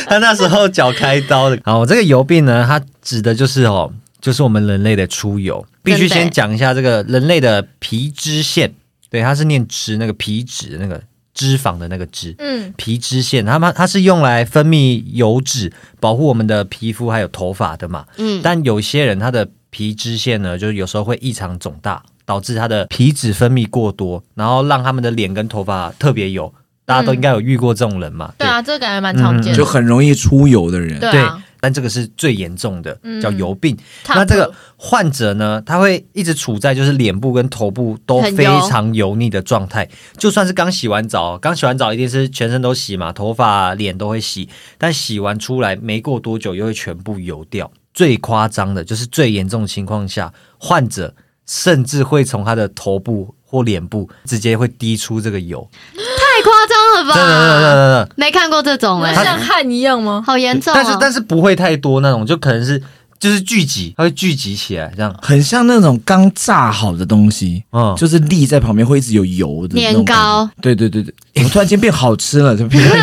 S2: 他那时候脚开刀的。好，这个油病呢，它指的就是哦，就是我们人类的出油。必须
S4: 真的
S2: 先讲一下这个人类的皮脂腺，对，它是念脂那个皮脂那个脂肪的那个脂。
S3: 嗯，
S2: 皮脂腺，它们它是用来分泌油脂，保护我们的皮肤还有头发的嘛。
S4: 嗯，
S2: 但有些人他的皮脂腺呢，就是有时候会异常肿大，导致他的皮脂分泌过多，然后让他们的脸跟头发特别油。大家都应该有遇过这种人嘛？
S3: 嗯对啊，这个感觉蛮常
S4: 嗯
S3: 见的，
S1: 就很容易出油的人
S3: 对，
S2: 对
S3: 啊，
S2: 但这个是最严重的，
S3: 嗯
S2: 叫油病。
S3: 差不
S2: 那这个
S3: 多
S2: 患者呢，他会一直处在就是脸部跟头部都
S4: 很油
S2: 非常油腻的状态，就算是刚洗完澡，刚洗完澡一定是全身都洗嘛，头发、脸都会洗，但洗完出来没过多久又会全部油掉。最夸张的就是最严重的情况下，患者甚至会从他的头部或脸部直接会滴出这个油，
S4: 太夸张了
S2: 真的真的真
S4: 吧？
S2: 的真的。
S4: 没看过这种哎、
S3: 那像汗一样吗？
S4: 好严重、哦。
S2: 但是但是不会太多那种，就可能是就是聚集，它会聚集起来这样。
S1: 很像那种刚炸好的东西，
S2: 嗯，
S1: 就是立在旁边会一直有油的那种
S4: 年糕
S1: 感觉。对对对对，怎么突然间变好吃了？就别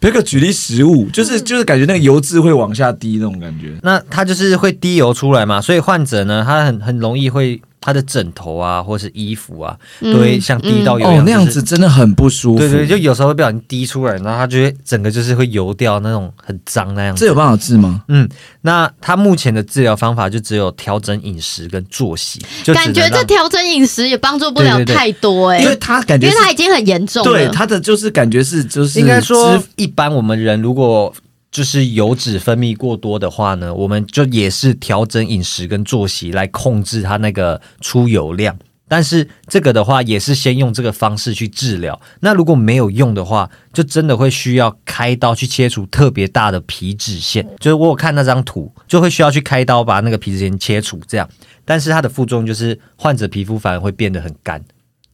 S1: 别给我举例食物，
S4: 嗯
S1: 就是就是感觉那个油脂会往下滴那种感觉。
S2: 那它就是会滴油出来嘛，所以患者呢，他很很容易会他的枕头啊，或是衣服啊，都会像滴到油一
S1: 哦
S2: 样，，
S1: 那样
S2: 就是
S1: 子真的很不舒服。
S2: 对对，就有时候会不小心滴出来，然后它就会整个就是会油掉那种很脏那样子。
S1: 这有办法治吗？
S2: 嗯，那他目前的治疗方法就只有调整饮食跟作息，就只
S4: 感觉
S2: 能
S4: 这
S2: 让
S4: 调整饮食也帮助不了
S2: 对对对
S4: 太多
S2: 嗯
S4: 哎、
S1: 因为他感觉
S4: 因为
S1: 是
S4: 它已经很严重
S1: 对
S4: 了。
S1: 他的就是感觉是就是
S2: 应该说哦
S1: 脂，
S2: 一般我们人如果就是油脂分泌过多的话呢，我们就也是调整饮食跟作息来控制它那个出油量。但是这个的话，也是先用这个方式去治疗。那如果没有用的话，就真的会需要开刀去切除特别大的皮脂腺。就是我有看那张图，就会需要去开刀把那个皮脂腺切除这样。但是它的副作用就是患者皮肤反而会变得很干，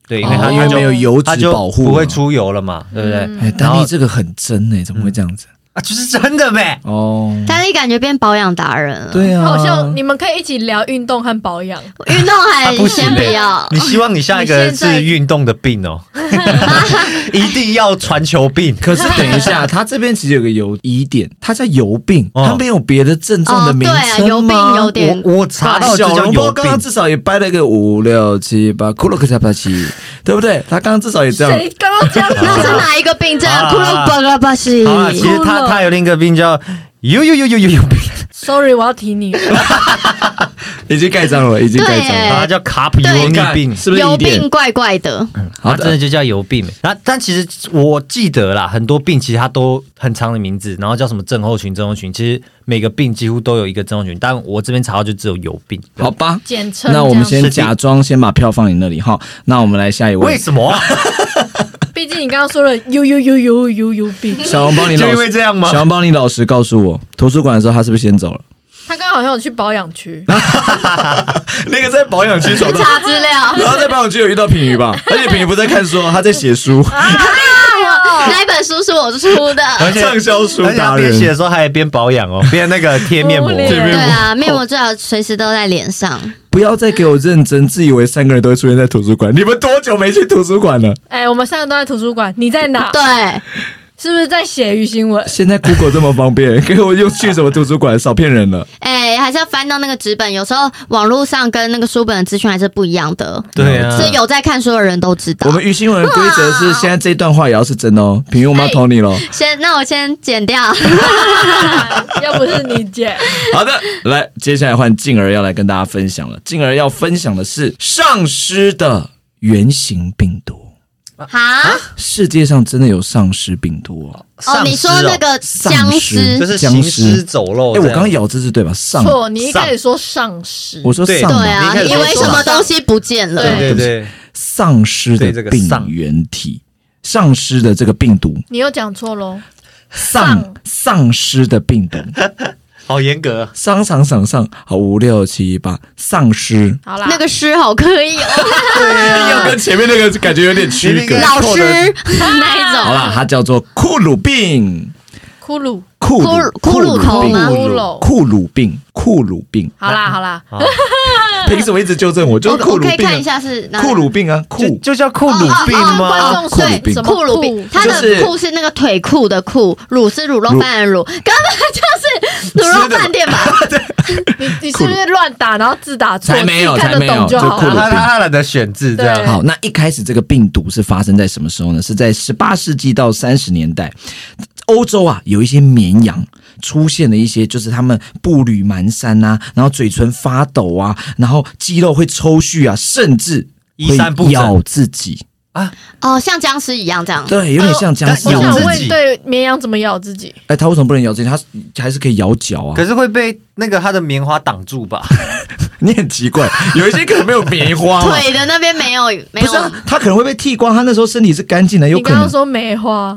S2: 对，因为
S1: 哦
S2: 它、它
S1: 因为
S2: 就
S1: 没有油
S2: 它
S1: 脂
S2: 就
S1: 保护嘛，
S2: 不会出嗯油了嘛，对不对？
S1: 哎，
S2: 然
S1: 丹
S2: 后
S1: 尼这个很真哎，怎么会这样子？
S2: 啊，就是真的呗。
S1: 哦，
S4: 但是感觉变保养达人了，
S1: 对啊，
S3: 好像你们可以一起聊运动和保养，
S4: 运动还
S2: 啊不行
S4: 先不
S2: 嘞
S4: 要。
S2: 你希望你下一个
S3: 你现在
S2: 是运动的病哦，一定要传球病。
S1: 可是等一下，他这边其实有个有疑点，他叫油病，
S2: 哦
S1: 他没有别的症状的名
S4: 哦对啊
S1: 称
S4: 油
S1: 吗？
S4: 病有点
S2: 我我查到这
S1: 小
S2: 叫
S1: 笼包
S2: 油
S1: 刚
S2: 病，
S1: 刚至少也掰了一个五六七八，库洛克加八七，对不对？他刚刚至少也这样
S3: 谁刚刚这样子
S4: 那是
S3: 啊？
S4: 哪一个病症？
S2: 好啦
S4: 库鲁巴拉巴西。
S2: 好了，其实
S3: 哭
S2: 他
S3: 了
S2: 他有另一个病叫油油油油油油病，
S3: Sorry，我要提你，
S1: 已经盖章了，已经盖章
S4: 对
S1: 了。
S2: 他叫卡普尤尼
S1: 看
S2: 病。
S1: 是不是
S4: 有
S1: 疑点
S4: 病？怪怪的，
S1: 好
S2: 它真的
S1: 的，
S2: 就叫油病。然后，但其实我记得啦，很多病其实它都很长的名字，然后叫什么症候群、症候群，其实每个病几乎都有一个症候群，但我这边查到就只有油病。
S1: 好吧。
S3: 简称这
S1: 那
S3: 样。
S1: 我们
S2: 是
S1: 先
S2: 的
S1: 假装先把票放你那里哈。那我们来下一
S2: 为
S1: 位，
S2: 什么啊？
S3: 毕竟你刚刚说了呦呦呦呦呦呦病，
S1: 小笼包你老
S2: 就因为
S1: 师，
S2: 这样吗
S1: 小？笼包你老实告诉我，图书馆的时候他是不是先走了？
S3: 他刚刚好像有去保养区，
S1: 那个在保养区
S4: 去
S1: 找
S4: 查资料。
S1: 然后在保养区有遇到品瑜吧？而且品瑜不在看书哦，他在写书，
S4: 那一本书是我出的，
S2: 而且
S1: 畅销书
S2: 而且他
S1: 达
S2: 边写
S1: 人。
S2: 的时候还边保养哦，边那个贴面膜。
S3: 敷脸
S1: 贴
S4: 对
S1: 面
S4: 啊，面膜最好随时都在脸上。
S1: 不要再给我认真，自以为三个人都会出现在图书馆。你们多久没去图书馆了？
S3: 哎、我们三个都在图书馆，你在哪？
S4: 对，
S3: 是不是在写鱼新闻？
S1: 现在 Google 这么方便，给我又去什么图书馆？少骗人 了。
S4: 哎，还是要翻到那个纸本。有时候网络上跟那个书本的资讯还是不一样的，
S2: 对啊，
S4: 是有在看书的人都知道
S1: 嗯我。们于新闻的规则是，现在这段话也要是真哦。品瑜，我们要投你 喽。
S4: 先，那我先剪 掉。
S3: 要不是你姐，
S1: 好的，来，接下来换静儿要来跟大家分享了。静儿要分享的是丧尸的原型病毒。
S4: 哈，
S1: 世界上真的有丧尸病毒啊哦。
S4: 哦，你说那个
S1: 丧
S4: 僵
S1: 尸
S4: 尸
S2: 就，是行尸走肉
S1: 哎、
S2: 这
S1: 我刚
S2: 样。
S1: 刚咬字是对吧？丧，
S3: 错，你一开始说丧尸，
S1: 我说
S2: 对
S1: 丧
S4: 对
S1: 嘛，
S4: 啊，
S2: 你一
S4: 以
S2: 开始
S4: 为
S2: 说
S4: 什么
S3: 是吧
S4: 东西不见了？
S3: 对
S2: 对对，
S1: 丧尸
S2: 对
S1: 的
S2: 这个
S1: 病
S2: 丧
S1: 原体，丧尸的这个病毒，
S3: 你又讲错喽。
S1: 丧丧尸的病毒，
S2: 好严格。
S1: 丧丧丧丧，好五六七八，丧尸。
S3: 好啦，
S4: 那个诗好可以哦，
S1: 要跟前面那啊个感觉有点
S2: 区隔
S4: 老师 那一
S1: 好
S4: 种。
S1: 啦，它叫做库鲁病，
S3: 骷髅。
S1: 库
S4: 骷
S1: 鲁
S4: 髅骷髅头
S1: 病
S4: 吗
S3: 骷髅
S1: 库鲁病，库鲁病，
S3: 好啦好啦，
S1: 凭什么一直纠正我？就是
S4: 我
S1: 库
S4: 哦我
S1: 鲁
S4: 可以
S1: 病
S4: 看一
S1: 啊，
S4: 下是哪里
S1: 库鲁病啊，
S2: 就
S1: 库
S2: 就叫库鲁病
S4: 哦
S3: 观
S2: 吗？啊
S3: 众
S1: 库鲁
S3: 睡
S1: 病
S3: 什么
S4: 酷鲁
S3: 库
S4: 比，它
S1: 就是
S4: 的酷是那个腿裤的酷，乳是卤肉饭的卤，根本就是卤肉饭店吧？
S3: 你你是不是乱打，然后字打错？
S1: 才没有
S3: 自己看得
S1: 才没有
S3: 懂就好
S1: 就
S2: 他
S1: 骷髅
S3: 了。
S2: 他他懒得选字这
S3: 对
S2: 样。
S1: 好，那一开始这个病毒是发生在什么时候呢？是在十八世纪到三十年代，欧洲啊有一些绵羊出现了一些，就是他们步履蹒跚啊，然后嘴唇发抖啊，然后肌肉会抽搐啊，甚至
S2: 衣衫不
S1: 会
S2: 整
S1: 咬自己。
S4: 哦，像僵尸一样这样。
S1: 对，有点像僵尸
S3: 我
S2: 咬
S1: 咬
S3: 想
S1: 自己。
S2: 自
S3: 问，
S2: 己
S3: 对绵羊怎么咬自己？
S1: 哎，它为什么不能咬自己？它还是可以咬脚啊
S2: 可。是会被那个他的棉花挡住吧？
S1: 你很奇怪，有一些可能没有棉花 嘛。
S4: 腿的那边没有
S1: 啊
S4: 没
S1: 不
S4: 有
S1: 是，啊，它可能会被剃光，它那时候身体是干净的，有
S3: 你
S1: 可
S3: 刚刚
S1: 能。
S3: 说梅 花，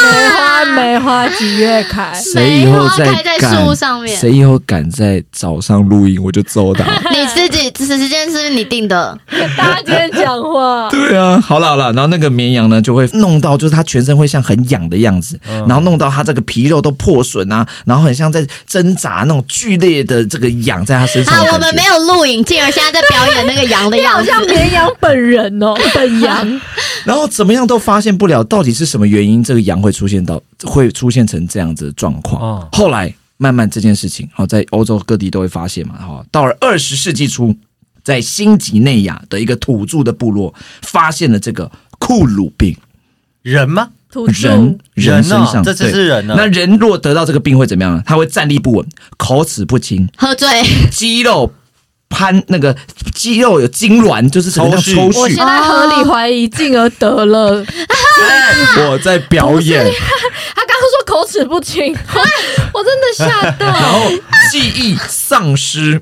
S3: 梅花梅花几月开？
S1: 谁以后再
S4: 梅花开在
S1: 敢
S4: 树上面
S1: 谁以后敢在早上录音，我就揍他。，
S4: 你自己时间是不是你定的？
S3: 大家今天讲话
S1: 对啊，好了好了，然后那个绵羊呢，就会弄到，就是它全身会像很痒的样子，
S4: 嗯
S1: 然后弄到它这个皮肉都破损啊，然后很像在挣扎那种剧烈的这个痒在它身上的，
S4: 啊我
S1: 感觉。
S4: 们没有录影，进而现在在表演那个 羊的
S3: 你好
S4: 样子。
S3: 像绵羊本人 哦，本羊。
S1: 然后怎么样都发现不了到底是什么原因，这个羊会出现到会出现成这样子的状况。
S2: 哦
S1: 后哦来慢慢这件事情，好在欧洲各地都会发现嘛，哈，到了二十世纪初，在新几内亚的一个土著的部落发现了这个库鲁病，
S2: 人吗？
S3: 土著
S1: 人人身
S2: 人哦
S1: 上，
S2: 这次
S1: 对
S2: 是人哦
S1: 那人若得到这个病会怎么样呢？他会站立不稳，口齿不清，
S4: 喝醉，
S1: 肌肉攀那个肌肉有痉挛，就是整个像
S2: 抽
S1: 抽
S2: 搐
S3: 我
S1: 搐
S3: 现。在合理怀疑，进而得了。
S1: 哎我在表演，
S3: 他刚刚说口齿不清， 我真的吓
S1: 然
S3: 到。
S1: 后记忆丧失，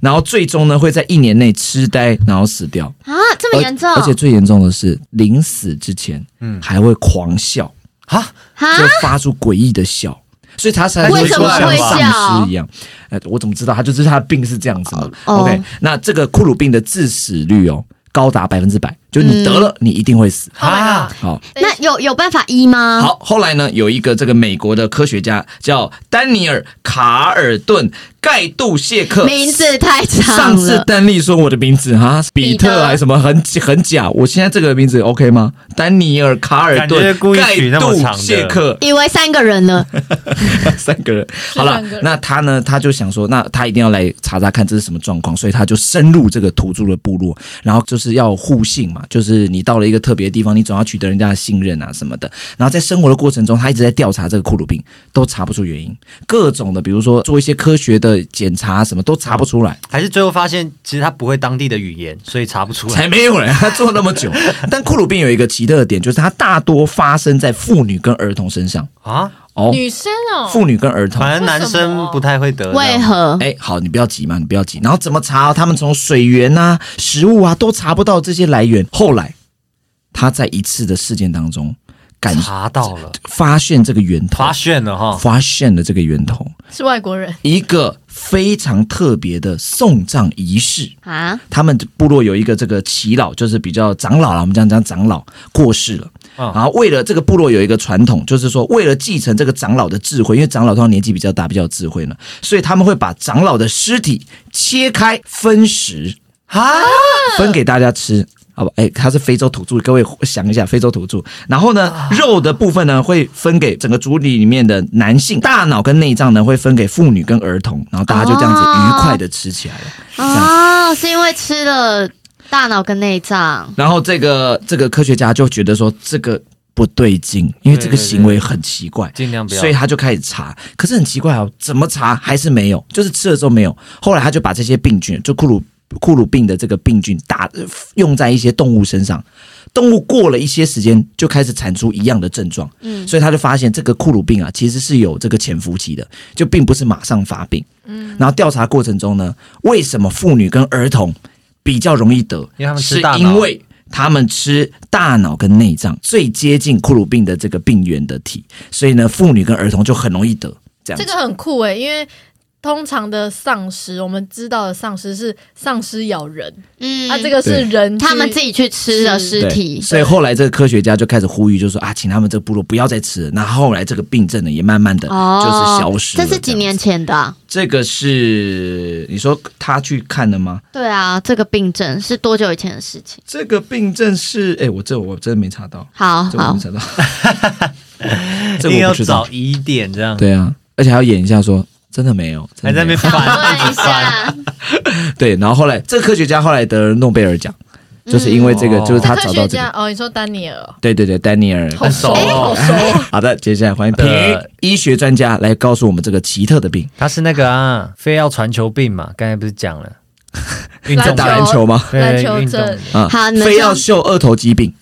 S1: 然后最终呢会在一年内痴呆，然后死掉。
S4: 啊，这么严重？
S1: 而且最严重的是，临死之前，嗯，还会狂笑，
S2: 哈，
S4: 啊
S1: 就，发出诡异的笑。所以他才
S2: 为什
S1: 说
S2: 么
S1: 像
S2: 会
S1: 丧
S4: 笑
S1: 尸一样，呃，我怎么知道他就是他的病是这样子嘛、
S4: 哦
S1: o k 那这个库鲁病的致死率哦，高达百分之百，就你得了，
S4: 嗯
S1: 你一定会死。
S3: Oh my
S2: 啊
S3: god！
S1: 好，
S4: 那有有办法医吗？
S1: 好，后来呢，有一个这个美国的科学家叫丹尼尔·卡尔顿·盖杜谢克，
S4: 名字太
S1: 呃上
S4: 长
S1: 次
S4: 了。
S1: 丹利说我的名字哈，比
S4: 彼
S1: 特
S4: 得
S1: 还什么很很假，我现在这个名字 OK 吗？丹尼尔·卡尔顿
S2: 感觉故、意
S1: 盖
S2: 取那么
S1: 杜
S2: 长、的
S1: 谢克
S4: 以为三个人了，
S1: 三个 人。好了
S3: 三个，人
S1: 那他呢？他就想说，那他一定要来查查看这是什么状况，所以他就深入这个土著的部落，然后就是要互信嘛，就是你到了一个特别的地方，你总要取得人家的信任啊什么的。然后在生活的过程中，他一直在调查这个库鲁病，都查不出原因，各种的，比如说做一些科学的检查，什么都查不出来。
S2: 还是最后发现其实他不会当地的语言，所以查不出来。
S1: 才没有人，他做那么久。但库鲁病有一个奇特的点，就是它大多发生在妇女跟儿童身上。
S2: 啊，
S1: 哦，
S3: 女生哦，
S1: 妇女跟儿童。
S2: 反正男
S3: 为什
S2: 生
S3: 么
S2: 不太会得。
S4: 为何？
S1: 哎，好，你不要急嘛，你不要急。然后怎么查、他们从水源啊、食物啊都查不到这些来源。后来，他在一次的事件当中，感
S2: 查到了，
S1: 发现这个源头
S2: 发，现了哈，
S1: 发现了这个源头，
S3: 是外国人，
S1: 一个非常特别的送葬仪式。
S4: 啊，
S1: 他们部落有一个这个耆老，就是比较长老了，我们讲讲长老过世了。
S2: 嗯
S1: 然后为了这个部落有一个传统，就是说为了继承这个长老的智慧，因为长老通常年纪比较大，比较有智慧呢，所以他们会把长老的尸体切开分食，
S2: 啊，
S1: 分给大家吃。好吧，哎、他是非洲土著，各位想一下，非洲土著。然后呢，肉的部分呢会分给整个族里里面的男性，大脑跟内脏呢会分给妇女跟儿童，然后大家就这样子
S4: 哦
S1: 愉快的吃起来了。这样子
S4: 哦，是因为吃了大脑跟内脏，
S1: 然后这个这个科学家就觉得说这个不对劲，因为这个行为很奇怪，
S2: 尽量不要
S1: 所以。他就开始查。可是很奇怪哦，怎么查还是没有，就是吃了之后没有。后来他就把这些病菌，就库鲁库鲁病的这个病菌打呃用在一些动物身上。动物过了一些时间就开始产出一样的症状，
S4: 嗯
S1: 所以他就发现这个库鲁病啊其实是有这个潜伏期的，就并不是马上发病。嗯，然后调查过程中呢，为什么妇女跟儿童比较容易得？
S2: 因为他们吃
S1: 是
S2: 大脑
S1: 因为他们吃大脑跟内脏最接近库鲁病的这个病原的体，所以呢，妇女跟儿童就很容易得这样子。
S3: 这个很酷诶，因为。通常的丧尸，我们知道的丧尸是丧尸咬人，
S4: 嗯
S3: 啊，这个是人去
S4: 他们自己去吃的尸
S1: 对
S4: 体，
S1: 所以后来这个科学家就开始呼吁，就说啊，请他们这个部落不要再吃了。那后来这个病症呢，也慢慢的就是消失了、
S4: 哦这是几年
S1: 样子？
S4: 前的啊、
S1: 这个是你说他去看的吗？
S4: 对啊，这个病症是多久以前的事情？
S1: 这个病症是，哎，我这我真的没查到，
S4: 好
S1: 这我
S4: 哦好
S1: 没， 查到，
S2: 一
S1: 这
S2: 定
S1: 个我
S2: 要
S1: 不知道
S2: 找。疑点这样，
S1: 对啊，而且还要演一下说，真的没有，
S2: 还
S1: 真的
S2: 在那
S1: 没有
S2: 边
S4: 想
S2: 翻，
S4: 问
S2: 一直
S4: 一
S2: 翻，
S3: 啊
S4: 下，
S1: 对，然后后来这个科学家后来得了诺贝尔奖，就是因为这个，
S4: 嗯
S2: 哦
S1: 就是他
S3: 科
S1: 找
S3: 学
S1: 到这
S3: 家
S1: 个。
S3: 哦，你说丹尼尔哦，
S1: 对对对，丹尼尔。
S3: 好熟
S2: 哎
S3: 哦，好 熟哦，
S1: 好的，接下来欢迎
S2: 好
S1: 平
S2: 的
S1: 宇医学专家来告诉我们这个奇特的病。
S2: 他是那个啊，非要传球病嘛，刚才不是讲 了，运
S3: 篮
S2: 动
S3: 球
S1: 打
S2: 员
S1: 篮球吗？
S2: 对
S3: 篮球
S2: 运动
S3: 症
S1: 啊，
S4: 好你们
S1: 非
S4: 就
S1: 要秀二头肌病，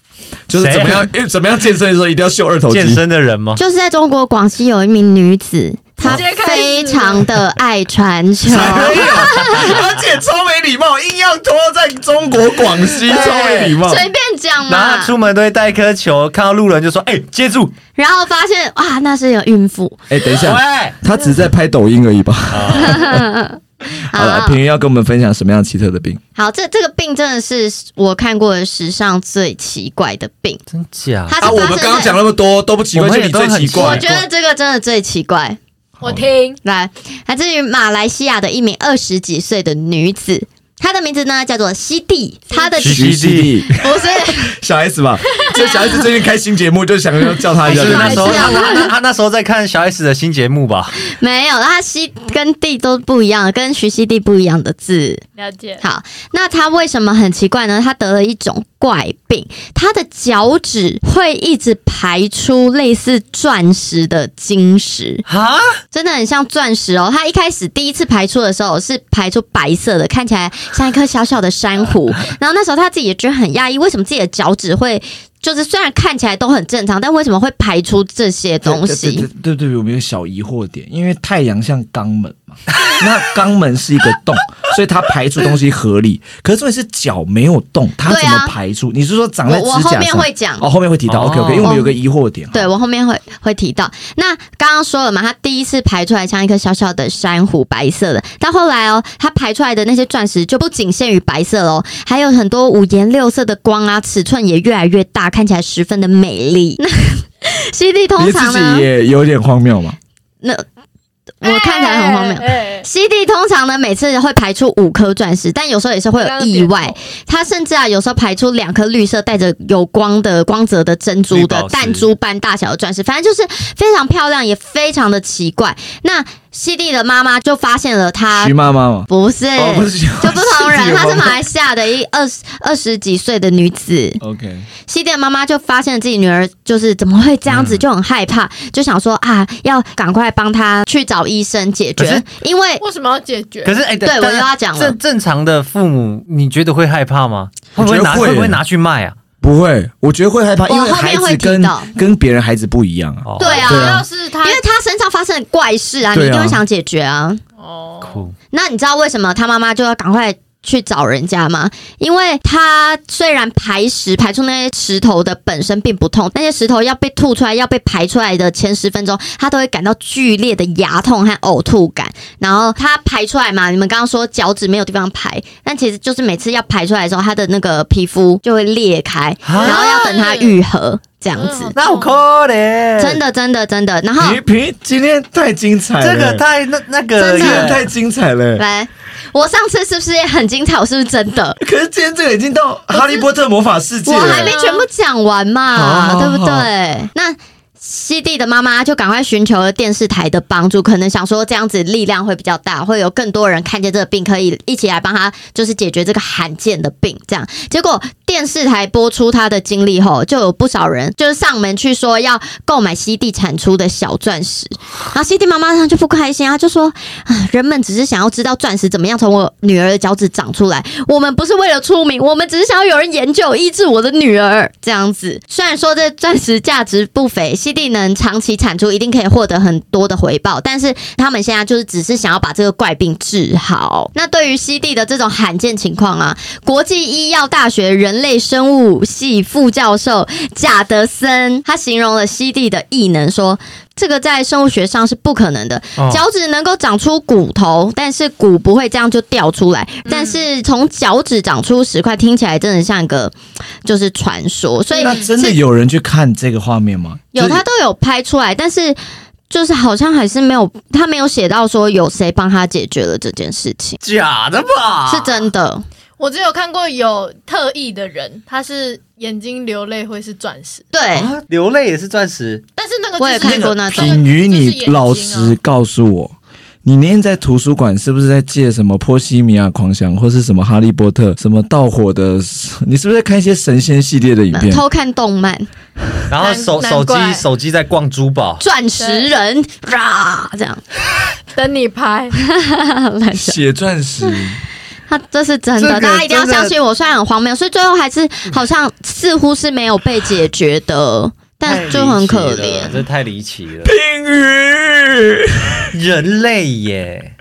S1: 就是
S2: 谁
S1: 怎么样诶哎怎么样健身的时候一定要秀二头肌。
S2: 健身的人吗？
S4: 就是在中国广西有一名女子，她
S3: 直接开始
S4: 非常的爱传 球，
S1: 没有，哎而且超没礼貌，硬要拖在中国广西，超没礼貌。
S4: 随便讲
S2: 然后
S4: 嘛
S2: 他。出门都会带一颗球，看到路人就说：“哎、接住
S4: 然后发现哇，那是有孕妇！”
S1: 哎，等一下，
S2: 喂，
S1: 他只是在拍抖音而已吧？好了，
S4: 啊。
S1: 平宇要跟我们分享什么样奇特的病？
S4: 好，这这个病真的是我看过的史上最奇怪的病。
S2: 真假？
S4: 它是
S1: 啊，
S4: 发
S1: 我
S4: 生
S1: 们刚刚
S4: 在
S1: 讲那么多都不奇怪，
S2: 我
S1: 就
S2: 们也
S1: 你最
S2: 都很
S1: 奇
S2: 奇怪
S1: 怪
S4: 我。觉得这个真的最奇怪。
S3: 我听
S4: 来，来自于马来西亚的一名二十几岁的女子，他的名字呢叫做西蒂，他的
S2: 西弟弟
S4: 不是
S1: 小 S 吧，这小 S 最近开新节目，就想要叫他一下。
S2: 是
S1: 对
S2: 那
S1: 吧
S2: 时候他他他他那时候在看小 S 的新节目吧？
S4: 没有，他西跟蒂都不一样，跟徐熙娣不一样的字。
S3: 了解，
S4: 好，那他为什么很奇怪呢？他得了一种怪病，他的脚趾会一直排出类似钻石的晶石，
S2: 哈，
S4: 真的很像钻石哦。他一开始第一次排出的时候是排出白色的，看起来像一颗小小的 珊瑚。然后那时候他自己也觉得很讶异，为什么自己的脚趾会就是虽然看起来都很正常，但为什么会排出这些东
S1: 对对
S4: 西？
S1: 对对对，我们有小疑惑点，因为太阳像肛门嘛，那肛门是一个洞，所以它排出东西合理。可是重点是脚没有动，它
S4: 对
S1: 怎
S4: 啊
S1: 么排出？你是说长
S4: 我
S1: 在指
S4: 我
S1: 甲上？
S4: 后面会讲。
S1: 哦，后面会提到。
S2: 哦
S1: OK OK，因为我们有个疑惑点。
S4: 对我后面会会提到。那刚刚说了嘛，它第一次排出来像一颗小小的珊瑚，白色的。到后来哦，它排出来的那些钻石就不仅限于白色喽，还有很多五颜六色的光啊，尺寸也越来越大，看起来十分的美丽。 那西地通
S1: 你
S4: 常
S1: 自
S4: 呢
S1: 己，也有点荒谬嘛？
S4: 那我看起来很荒谬。
S3: 哎
S4: 西地通常呢，每次会排出五颗钻石，但有时候也是会有呃意外。，它甚至啊，有时候排出两颗绿色带着有光的光泽的珍珠
S2: 绿
S4: 的
S2: 宝石
S4: 弹珠般大小的钻石，反正就是非常漂亮，也非常的奇怪。那西蒂的妈妈就发现了她
S1: 徐妈妈嘛？
S4: 不是，
S1: 哦， 不是哦徐，
S4: 就不同人，她是马
S1: 妈。
S4: 来西亚的一二十二十几岁的女子。
S1: OK，
S4: 西蒂的妈妈就发现自己女儿就是怎么会这样子，
S1: 嗯
S4: 就很害怕，就想说啊，要赶快帮她去找医生解
S2: 可
S4: 决
S2: 是，
S4: 因为
S3: 为什么要解决？
S2: 可是哎，
S4: 对
S2: 但
S4: 我又要讲了
S2: 正正常的父母，你觉得会害怕吗？
S1: 我觉
S2: 会不会
S1: 得
S2: 拿
S1: 会
S2: 会不会拿去卖啊？
S1: 不会，我觉得会害怕，
S4: 我
S1: 因为
S4: 后
S1: 孩
S4: 面会
S1: 子跟
S4: 提到
S1: 跟别人孩子不一样啊。
S2: 哦
S4: 对啊
S3: 主
S1: 对啊
S3: 要是他
S4: 因为她身上发生的怪事啊，你
S1: 对啊
S4: 一定会想解决啊。
S3: 哦，
S2: 酷，
S4: 那你知道为什么他妈妈就要赶快去找人家吗？因为他虽然排石排出那些石头的本身并不痛，那些石头要被吐出来、要被排出来的前十分钟，他都会感到剧烈的牙痛和呕吐感。然后他排出来嘛，你们刚刚说脚趾没有地方排，但其实就是每次要排出来的时候，他的那个皮肤就会裂开，
S2: 啊
S4: 然后要等它愈合这样子
S3: 嗯。
S2: 那我可怜，
S4: 真的，真的，真的。然后
S1: 你平今天太精彩了，
S2: 这个太那那个
S1: 今
S4: 真的
S1: 天太精彩了。
S4: 来，我上次是不是也很精彩？我是不是真的？
S1: 可是今天这个已经到哈利波特魔法世界
S4: 我
S1: 了，
S4: 还没全部讲完嘛，
S1: 好好
S4: 对不对？那西蒂的妈妈就赶快寻求了电视台的帮助，可能想说这样子力量会比较大，会有更多人看见这个病，可以一起来帮他，就是解决这个罕见的病。这样，结果电视台播出他的经历后，就有不少人就是上门去说要购买西蒂产出的小钻石，然后西蒂妈妈她就不开心，她就说啊，人们只是想要知道钻石怎么样从我女儿的脚趾长出来，我们不是为了出名，我们只是想要有人研究医治我的女儿这样子。虽然说这钻石价值不菲，西地能长期产出一定可以获得很多的回报，但是他们现在就是只是想要把这个怪病治好。那对于西地的这种罕见情况啊，国际医药大学人类生物系副教授贾德森他形容了西地的异能说。这个在生物学上是不可能的，
S2: 哦
S4: 脚趾能够长出骨头，但是骨不会这样就掉出来。但是从脚趾长出石块，听起来真的像一个就是传说，所以
S1: 那真的
S4: 是
S1: 有人去看这个画面吗？
S4: 有
S1: 就是
S4: 他都有拍出来，但是就是好像还是没有，他没有写到说有谁帮他解决了这件事情，
S2: 假的吧？
S4: 是真的。
S3: 我只有看过有特异的人，他是眼睛流泪会是钻石，
S4: 对，
S2: 啊，流泪也是钻石，
S3: 但是那个
S4: 我也
S3: 就是
S4: 看过那种
S1: 品瑜，
S3: 就是
S1: 你
S3: 眼睛啊
S1: 老实告诉我，你那天在图书馆是不是在借什么《波西米亚狂想》或是什么《哈利波特》什么盗火的？你是不是在看一些神仙系列的影片？
S4: 嗯偷看动漫，
S2: 然后
S3: 难
S2: 手
S3: 难
S2: 手
S3: 怪
S2: 机手机在逛珠宝，
S4: 钻石人啊，这样，
S3: 等你拍，
S1: 血钻 石，
S4: 他这是真
S2: 这
S4: 的，
S2: 个
S4: 大家一定要
S2: 真的
S4: 相信我。虽然很荒谬，所以最后还是好像似乎是没有被解决的，但就很可
S2: 太离奇了这太离奇
S4: 怜。
S2: 了，
S1: 品 瑜，
S2: 人类耶，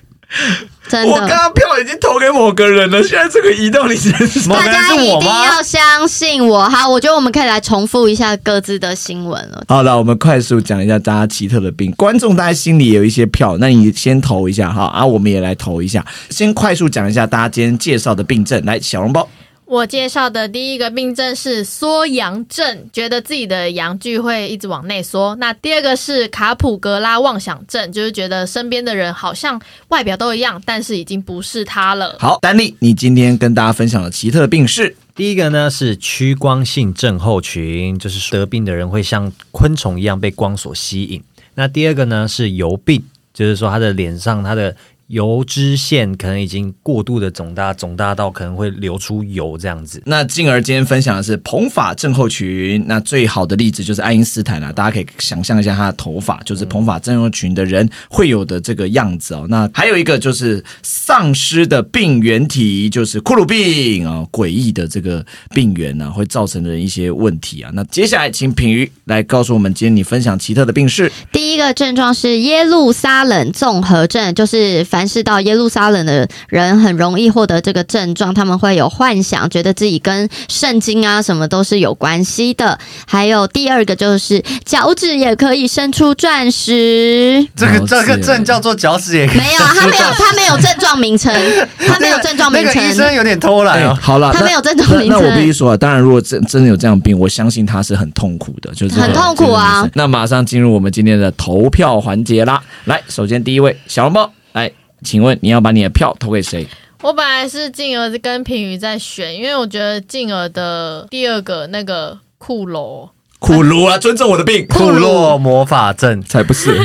S4: 真
S1: 我刚
S4: 的，
S1: 刚票已经投给某个人了，现在这个移到你身上。
S2: 某
S4: 大
S2: 个人
S4: 家
S2: 是
S4: 一
S2: 我
S4: 定
S2: 吗
S4: 要？相信我。好，我觉得我们可以来重复一下各自的新闻了。
S1: 好了，我们快速讲一下大家奇特的病。观众大家心里有一些票，那你先投一下哈，啊，我们也来投一下。先快速讲一下大家今天介绍的病症，来，小笼包。
S3: 我介绍的第一个病症是缩阳症，觉得自己的阳具会一直往内缩。那第二个是卡普格拉妄想症，就是觉得身边的人好像外表都一样，但是已经不是他了。
S1: 好，丹丽，你今天跟大家分享的奇特的病是
S2: 第一个呢是趋光性症候群，就是得病的人会像昆虫一样被光所吸引。那第二个呢是油病，就是说他的脸上他的油脂腺可能已经过度的肿大，肿大到可能会流出油这样子。
S1: 那进而今天分享的是蓬发症候群，那最好的例子就是爱因斯坦啊啦、大家可以想象一下他的头发，就是蓬发症候群的人会有的这个样子哦。那还有一个就是丧失的病原体，就是库鲁病啊、哦，诡异的这个病源呢、啊，会造成人一些问题啊。那接下来请品瑜来告诉我们今天你分享奇特的病是
S4: 第一个症状是耶路撒冷综合症，就是凡是到耶路撒冷的人很容易获得这个症状，他们会有幻想，觉得自己跟圣经啊什么都是有关系的。还有第二个就是脚趾也可以生出钻石，
S2: 这个
S1: 了解
S2: 这个症叫做脚趾也可以
S4: 没有，啊，他没有，他没有症状 名称，他没有症状名
S2: 那个医生
S4: 称，
S2: 有点偷懒哦。
S1: 哎好了，
S4: 他
S1: 那
S4: 没有症状
S1: 那
S4: 名
S1: 那我必须
S4: 称。
S1: 说啊，当然，如果真真的有这样的病，我相信他是很痛苦的，就是
S4: 很痛苦啊
S1: 这个女生那马上进入我们今天的投票环节啦。来，首先第一位小笼包，来，请问你要把你的票投给谁？
S3: 我本来是静儿跟平宇在选，因为我觉得静儿的第二个那个骷髅
S1: 苦鲁啊，尊重我的病，
S2: 库洛魔法阵，
S1: 才不 是。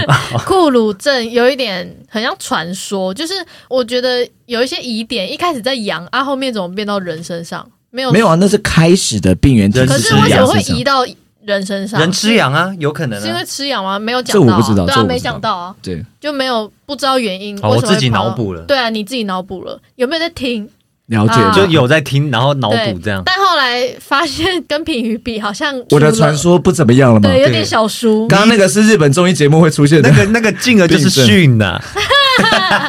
S3: 库鲁症有一点很像传说，就是我觉得有一些疑点，一开始在羊啊，后面怎么变到人身上？没有
S1: 没有啊，那是开始的病原体
S2: 人
S3: 可
S2: 吃
S3: 是
S2: 羊
S3: 为什么
S1: 是
S3: 会
S1: 这样
S3: 移到人身上？
S2: 人吃羊啊，有可能
S3: 是因为
S2: 啊。
S3: 吃羊吗？没有讲
S1: 这我
S3: 到、啊，
S1: 不知道
S3: 对
S1: 这
S3: 啊，
S1: 我不
S3: 没
S1: 知道
S3: 想到啊，
S1: 对，
S3: 就没有不知道原因。
S2: 哦
S3: 为什么
S2: 我自己
S3: 会跑到
S2: 脑补了
S3: 对啊，你自己脑补了，有没有在听？
S1: 了解
S3: 啊
S1: 就
S2: 就有在听，然后脑
S3: 对
S2: 补这样。
S3: 但后来发现跟品鱼比，好像
S1: 我的
S3: 输了
S1: 传，说不怎么样了吗？
S3: 对，有点小输。
S1: 刚刚那个是日本综艺节目会出现的
S2: 那，个那个进而就是训啊呐、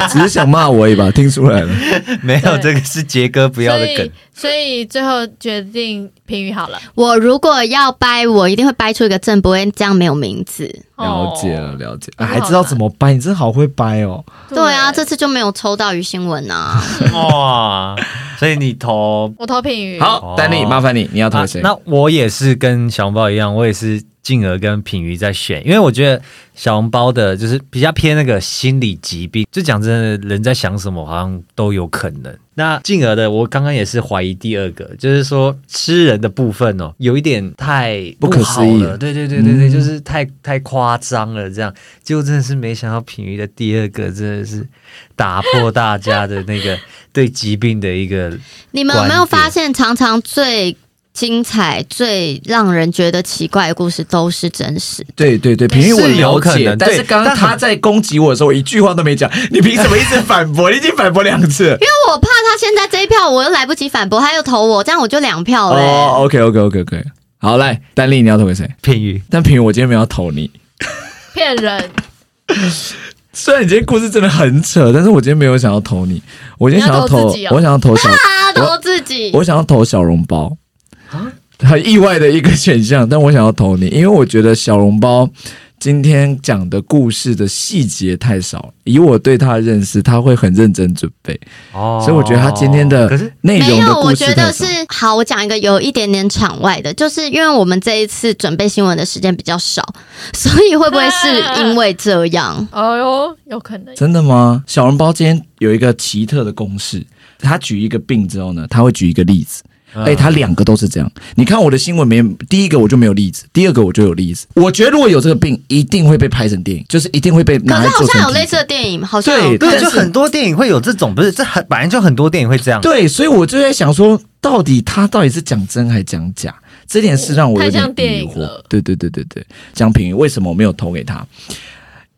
S1: 只是想骂我而已吧，听出来了。
S2: 没有
S3: 对
S2: 这个是杰哥不要
S3: 所
S2: 的
S3: 以
S2: 梗。，
S3: 所以最后决定评语好了。
S4: 我如果要掰，我一定会掰出一个正，不会这样没有名字。
S1: 了解
S3: 哦
S1: 了，了解，
S3: 很
S1: 啊
S3: 好
S1: 还知道怎么掰，你真好会掰哦。
S4: 对啊，这次就没有抽到于新闻啊。
S2: 哇！所以你投
S3: 我投评语。
S1: 好，丹丽，麻烦你，你要投
S2: 啊
S1: 给谁？
S2: 那我也是跟小笼包一样，我也是进而跟品瑜在选，因为我觉得小笼包的就是比较偏那个心理疾病，就讲真的，人在想什么好像都有可能。那进而的，我刚刚也是怀疑第二个，就是说吃人的部分哦，有一点太
S1: 不可思议
S2: 好了，对对对对对，
S1: 嗯
S2: 就是太太夸张了，这样，结果真的是没想到品瑜的第二个真的是打破大家的那个对疾病的一个
S4: 你们有没有
S2: 观点
S4: 发现，常常最精彩、最让人觉得奇怪的故事都是真实？
S1: 对对对，平
S2: 是
S1: 时我
S2: 有
S1: 了
S2: 可
S1: 解，
S2: 能
S1: 但
S2: 对
S1: 是刚刚
S2: 但很
S1: 他在攻击我的时候，我一句话都没讲。你凭什么一直反驳？你已经反驳两 次。
S4: 因为我怕他现在这一票，我又来不及反驳，他又投我，这样我就两票嘞、
S1: 哦，OK OK OK OK，好，来，丹丽，你要投 给谁？
S2: 品瑜。
S1: 但平时我今天没有要投你。
S3: 骗人！
S1: 虽然你今天故事真的很扯，但是我今天没有想要投你。我今天想要
S3: 你要投
S1: 投，
S3: 自己哦？
S1: 我想要投小，
S4: 他投自己，
S1: 我想要投小笼包。
S4: 啊
S1: 很意外的一个选项， 但我想要投你，因为我觉得小笼包今天讲的故事的细节太少了。以我对他的认识，他会很认真准备。
S2: 哦
S1: 所以我觉得他今天的
S2: 可是
S1: 内
S4: 没
S1: 容的
S4: 有，我
S1: 故事
S4: 觉得
S1: 太少
S4: 是好。我讲一个有一点点场外的，就是因为我们这一次准备新闻的时间比较少，所以会不会是因为这样
S3: 哎呦，有可能。
S1: 真的吗？小笼包今天有一个奇特的公式，他举一个病之后呢，他会举一个例子。哎、他两个都是这样。你看我的新闻没，第一个我就没有例子，第二个我就有例子。我觉得如果有这个病，一定会被拍成电影，就是一定会被拿来
S4: 可是
S1: 做
S4: 好
S1: 成
S4: 像有
S1: 题
S4: 类似的电影，好像
S1: 对
S4: 有
S1: 但
S2: 对，
S1: 是
S2: 就很多电影会有这种，不是这很本来就很多电影会
S3: 啊
S2: 这样。
S1: 对，所以我就在想说，到底他到底是讲真还讲假？这点是让我有
S3: 哦太
S1: 点
S3: 像电
S1: 疑
S3: 影
S1: 惑
S3: 了。
S1: 对对对对对，江平宇为什么我没有投给他？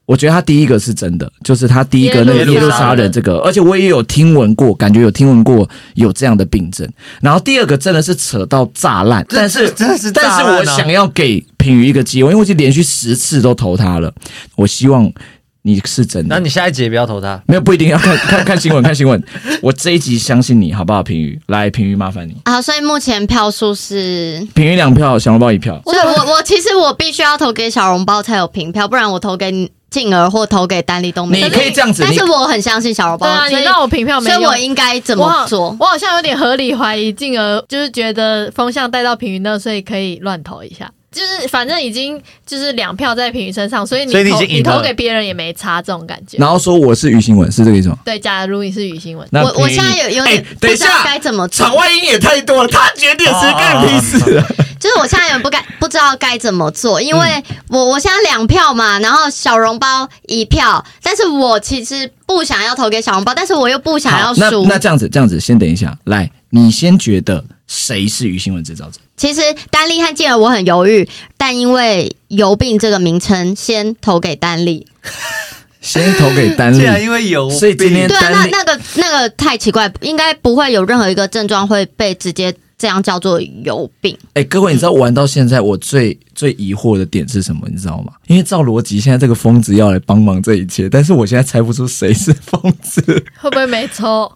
S1: 我觉得他第一个是真的，就是他第一个那个
S2: 耶路
S1: 耶路
S2: 撒
S1: 撒
S3: 冷
S1: 冷这个，而且我也有听闻过，感觉有听闻过有这样的病症。然后第二个真的是扯到炸烂，
S2: 这
S1: 但是
S2: 真的是炸
S1: 但
S2: 烂啊
S1: 是我想要给品宇一个机会，因为我已经连续十次都投他了，我希望你是真
S2: 那
S1: 的。
S2: 你下一集也不要投他。
S1: 没有不一定要看看看新闻，看新 闻。我这一集相信你，好不好？平宇，来，平宇，麻烦你。
S4: 啊，所以目前票数是。
S1: 平宇两票，小笼包一票。
S4: 所以我我其实我必须要投给小笼包才有平票，不然我投给你进而或投给丹立东
S1: 你
S4: 明。
S1: 可以这样子，
S4: 但
S1: 你
S4: 是我很相信小笼包，
S3: 对啊，你
S4: 所以
S3: 让我凭票没
S4: 所以
S3: 用。
S4: 我应该怎
S3: 我好
S4: 么做？
S3: 我好像有点合理怀疑，进而就是觉得风向带到平云那，所以可以乱投一下。就是反正已经就是两票在平云身上，所以你
S2: 所以你已
S3: 投
S2: 经赢了
S3: 投给别人也没差，这种感觉。
S1: 然后说我是于新文，是这个意思吗？
S3: 对，假如你是雨欣文，
S1: 那
S4: 我我
S1: 凭
S4: 现在有有点
S1: 哎
S4: 不
S1: 等一
S4: 知道
S1: 下
S4: 该怎么做
S1: 场，外音也太多了，他决定是干屁事啊！
S4: 就是我现在有点不该不知道该怎么做，因为
S1: 嗯
S4: 我我现在两票嘛，然后小笼包一票，但是我其实不想要投给小笼包，但是我又不想要
S1: 好那
S4: 输
S1: 那。这样子，这样子，先等一下，来，你先觉得谁是于新文制造者？
S4: 其实丹立和健儿我很犹豫，但因为油病这个名称，先投给丹立。
S1: 先投给丹
S2: 竟
S1: 立，
S2: 然因为有病，
S1: 所以今天
S4: 对啊，
S1: 丹
S4: 那
S1: 立
S4: 那个那个太奇怪，应该不会有任何一个症状会被直接这样叫做油病。
S1: 哎、各位，你知道玩到现在我最最疑惑的点是什么？你知道吗？因为照逻辑，现在这个疯子要来帮忙这一切，但是我现在猜不出谁是疯子。
S3: 会不会没 抽？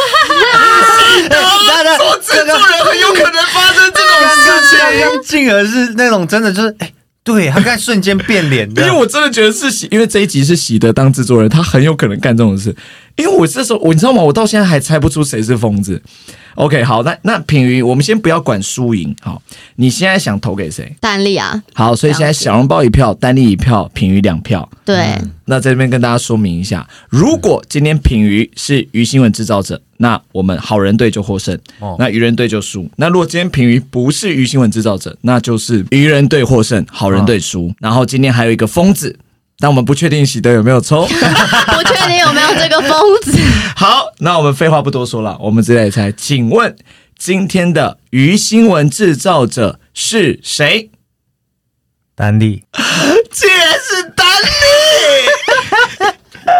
S1: 啊
S2: 那那这个
S1: 人很有可能发生这种
S2: 刚刚进而是那种真的就是哎。对他刚才瞬间变脸
S1: 因
S2: 的，
S1: 为我真的觉得是喜，因为这一集是喜德当制作人，他很有可能干这种事。因为我这时候，我你知道吗？我到现在还猜不出谁是疯子。OK，好，那那品云，我们先不要管输赢，好，你现在想投给谁？
S4: 丹立啊，
S1: 好，所以现在小笼包一票，丹立一票，品鱼两票。嗯
S4: 对。
S1: 那在这边跟大家说明一下，如果今天品鱼是鱼新闻制造者，那我们好人队就获胜，
S2: 哦
S1: 那愚人队就输。那如果今天品鱼不是鱼新闻制造者，那就是愚人队获胜，好人队输。然后今天还有一个疯子，但我们不确定喜德有没有 抽。
S4: 不确定有没有这个疯子。
S1: 好，那我们废话不多说了，我们直接来猜，请问今天的鱼新闻制造者是谁？
S2: 丹丽，
S1: 竟然是丹立。
S4: 所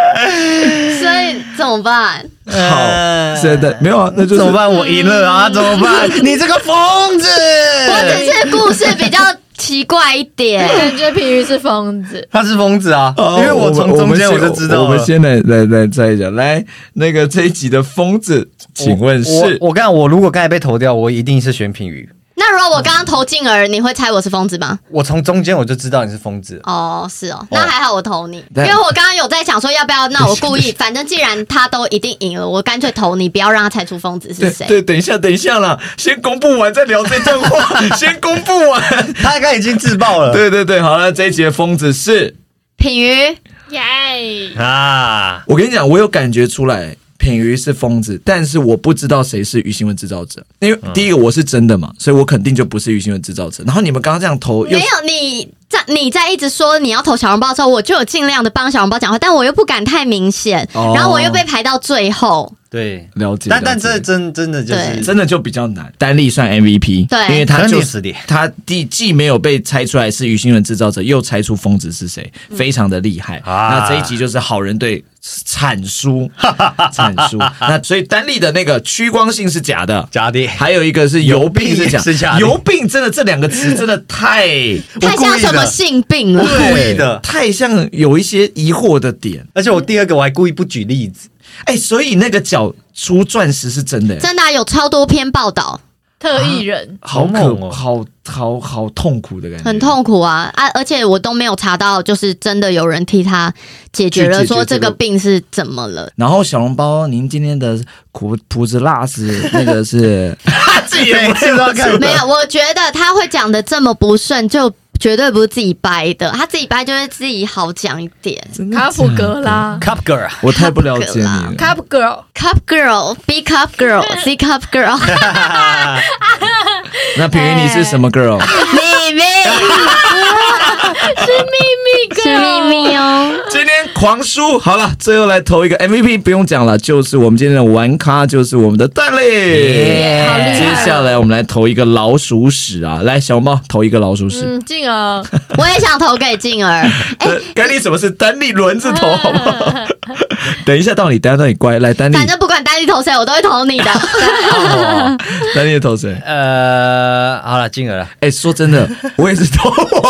S4: 以怎么办？
S1: 好，呃真的没有啊，那就是
S2: 呃怎么办？我赢了啊，怎么办？ 你这个疯 子！
S4: 我只是故事比较奇怪一点。
S3: 感觉平云是疯子。
S2: 他是疯子啊，
S1: 哦
S2: 因为我从中间我就知道了
S1: 我们先来来来猜一下，来那个这一集的疯子，请问是
S2: 我我刚我如果刚才被投掉，我一定是选品鱼。
S4: 那如果我刚刚投进儿，你会猜我是疯子吗？
S2: 我从中间我就知道你是疯子，
S4: 哦，是哦，那还好我投 你，因
S1: 但
S4: 为我刚刚有在想说要不要， 那我故意，反正既然他都一定赢了，我干脆投你，不要让他猜出疯子是
S1: 对
S4: 谁。
S1: 对，等一下等一下啦，先公布完再聊这段话，先公布 完。
S2: 他刚才已经自爆了。
S1: 对对对，好了，这一集的疯子是
S4: 品瑜，
S3: 耶、
S2: 啊，
S1: 我跟你讲，我有感觉出来。品鱼是疯子，但是我不知道谁是鱼新闻制造者，因
S2: 嗯
S1: 为第一个我是真的嘛，所以我肯定就不是鱼新闻制造者。然后你们刚刚这样投，又
S4: 没有你在你在一直说你要投小笼包的时候，我就有尽量的帮小笼包讲话，但我又不敢太明显，
S1: 哦
S4: 然后我又被排到最后。
S2: 对，
S1: 了解，
S2: 但但
S1: 了解
S2: 这真真的就
S4: 对
S2: 是
S1: 真的就比较难。丹立算 MVP，
S4: 对
S1: 因为他就
S2: 真的
S1: 是
S2: 是的
S1: 他既既没有被猜出来是鱼星人制造者，又猜出疯子是谁，
S4: 嗯
S1: 非常的厉害。
S2: 啊
S1: 那这一集就是好人队惨 输，惨输。那所以丹立的那个趋光性是假的。
S2: 假的。
S1: 还有一个是油病是假，
S2: 油病是假的
S1: 油病真的这两个词真的太
S2: 我
S4: 太像
S2: 故意的
S4: 什么性病了？
S2: 故意的
S1: 太像有一些疑惑的点。
S2: 而且我第二个我还故意不举例子，
S1: 哎、所以那个脚出钻石是真的、哎
S4: 真的啊、有超多篇报道，
S3: 特异人，
S1: 好可
S2: 好猛哦
S1: 好好好痛苦的感觉，
S4: 很痛苦啊啊！而且我都没有查到，就是真的有人替他解决
S1: 去
S4: 了，
S1: 解决
S4: 说
S1: 这
S4: 这
S1: 个
S4: 个病是怎么了。
S1: 然后小笼包，您今天的苦菩子辣是那个 是，
S2: 自己每次 都看
S4: 没有，我觉得他会讲的这么不顺，就绝对不是自己掰的。他自己掰就会自己好讲一点。
S3: 卡普格拉
S2: Cup Girl 啊，
S1: 我太不了解你了。
S3: ，Cup Girl，
S4: Cup girl, B cup girl, C cup girl，
S1: 那品云你是什么 girl？
S4: 哎秘密
S3: 是秘密 Girl，
S4: 是秘密哦。
S1: 今天狂输，好了，最后来投一个 MVP，不用讲了，就是我们今天的玩咖，就是我们的蛋嘞。
S3: 好厉害
S1: 接下来我们来投一个老鼠屎啊！来，小笼包投一个老鼠屎。
S3: 嗯，进 而
S4: 我也想投给静儿。哎、
S1: 呃干你什么事？丹立轮子投好不好？ 等一下到你，等一下到你乖，来丹立，
S4: 反正不管单立投谁，我都会投你 的。
S2: 哦
S1: 丹立投谁？
S2: 呃，好了，进而了，
S1: 哎、说真的，我也是投我。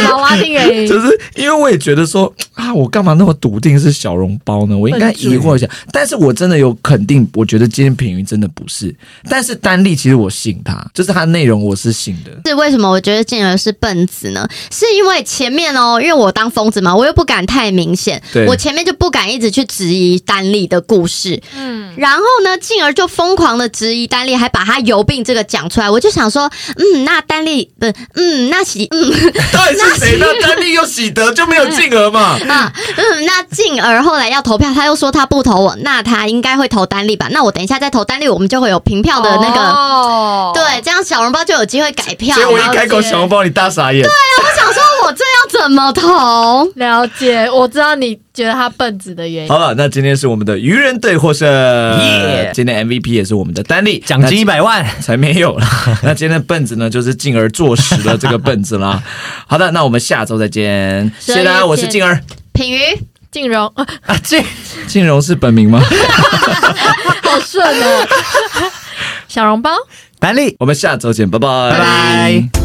S3: 好，我要听原因。
S1: 就是因为我也觉得说啊，我干嘛那么笃定是小笼包呢？我应该疑惑一下。但是我真的有肯定，我觉得今天品云真的不是。但是单例其实我信他，就是他内容我是信的。
S4: 是为什么？我觉得进而是笨子呢？是因为前面哦，因为我当疯子嘛，我又不敢太明显
S1: 对，
S4: 我前面就不敢一直去质疑丹丽的故事，
S3: 嗯，
S4: 然后呢，进而就疯狂的质疑丹丽，还把她有病这个讲出来。我就想说，嗯，那丹丽不，嗯，那喜，嗯
S1: 到底是 谁呢？单例有喜德就没有进而嘛？
S4: 啊，嗯，那进而后来要投票，他又说他不投我，那他应该会投丹丽吧？那我等一下再投丹丽，我们就会有平票的那
S3: 哦
S4: 个。
S3: 个
S4: 对，这样小笼包就有机会改票。
S1: 所以我一
S4: 了解
S1: 开口小笼包，你大傻眼。
S4: 我想说，我这要怎么投？
S3: 了解，我知道你觉得他笨子的原因。
S1: 好了，那今天是我们的愚人队获胜。
S2: 耶
S1: 今天 MVP 也是我们的丹力
S2: 奖金一百万。
S1: 才没有了。那今天的笨子呢，就是进而坐实了这个笨子 啦。好的，那我们下周再见，谢谢大家，我是静儿。
S4: 品瑜，
S3: 静荣，
S2: 啊，这
S1: 静荣是本名 吗？
S3: 好顺哦。小笼包。
S2: 丹力。
S1: 我们下周见，拜拜，
S4: 拜
S1: 拜
S4: 拜。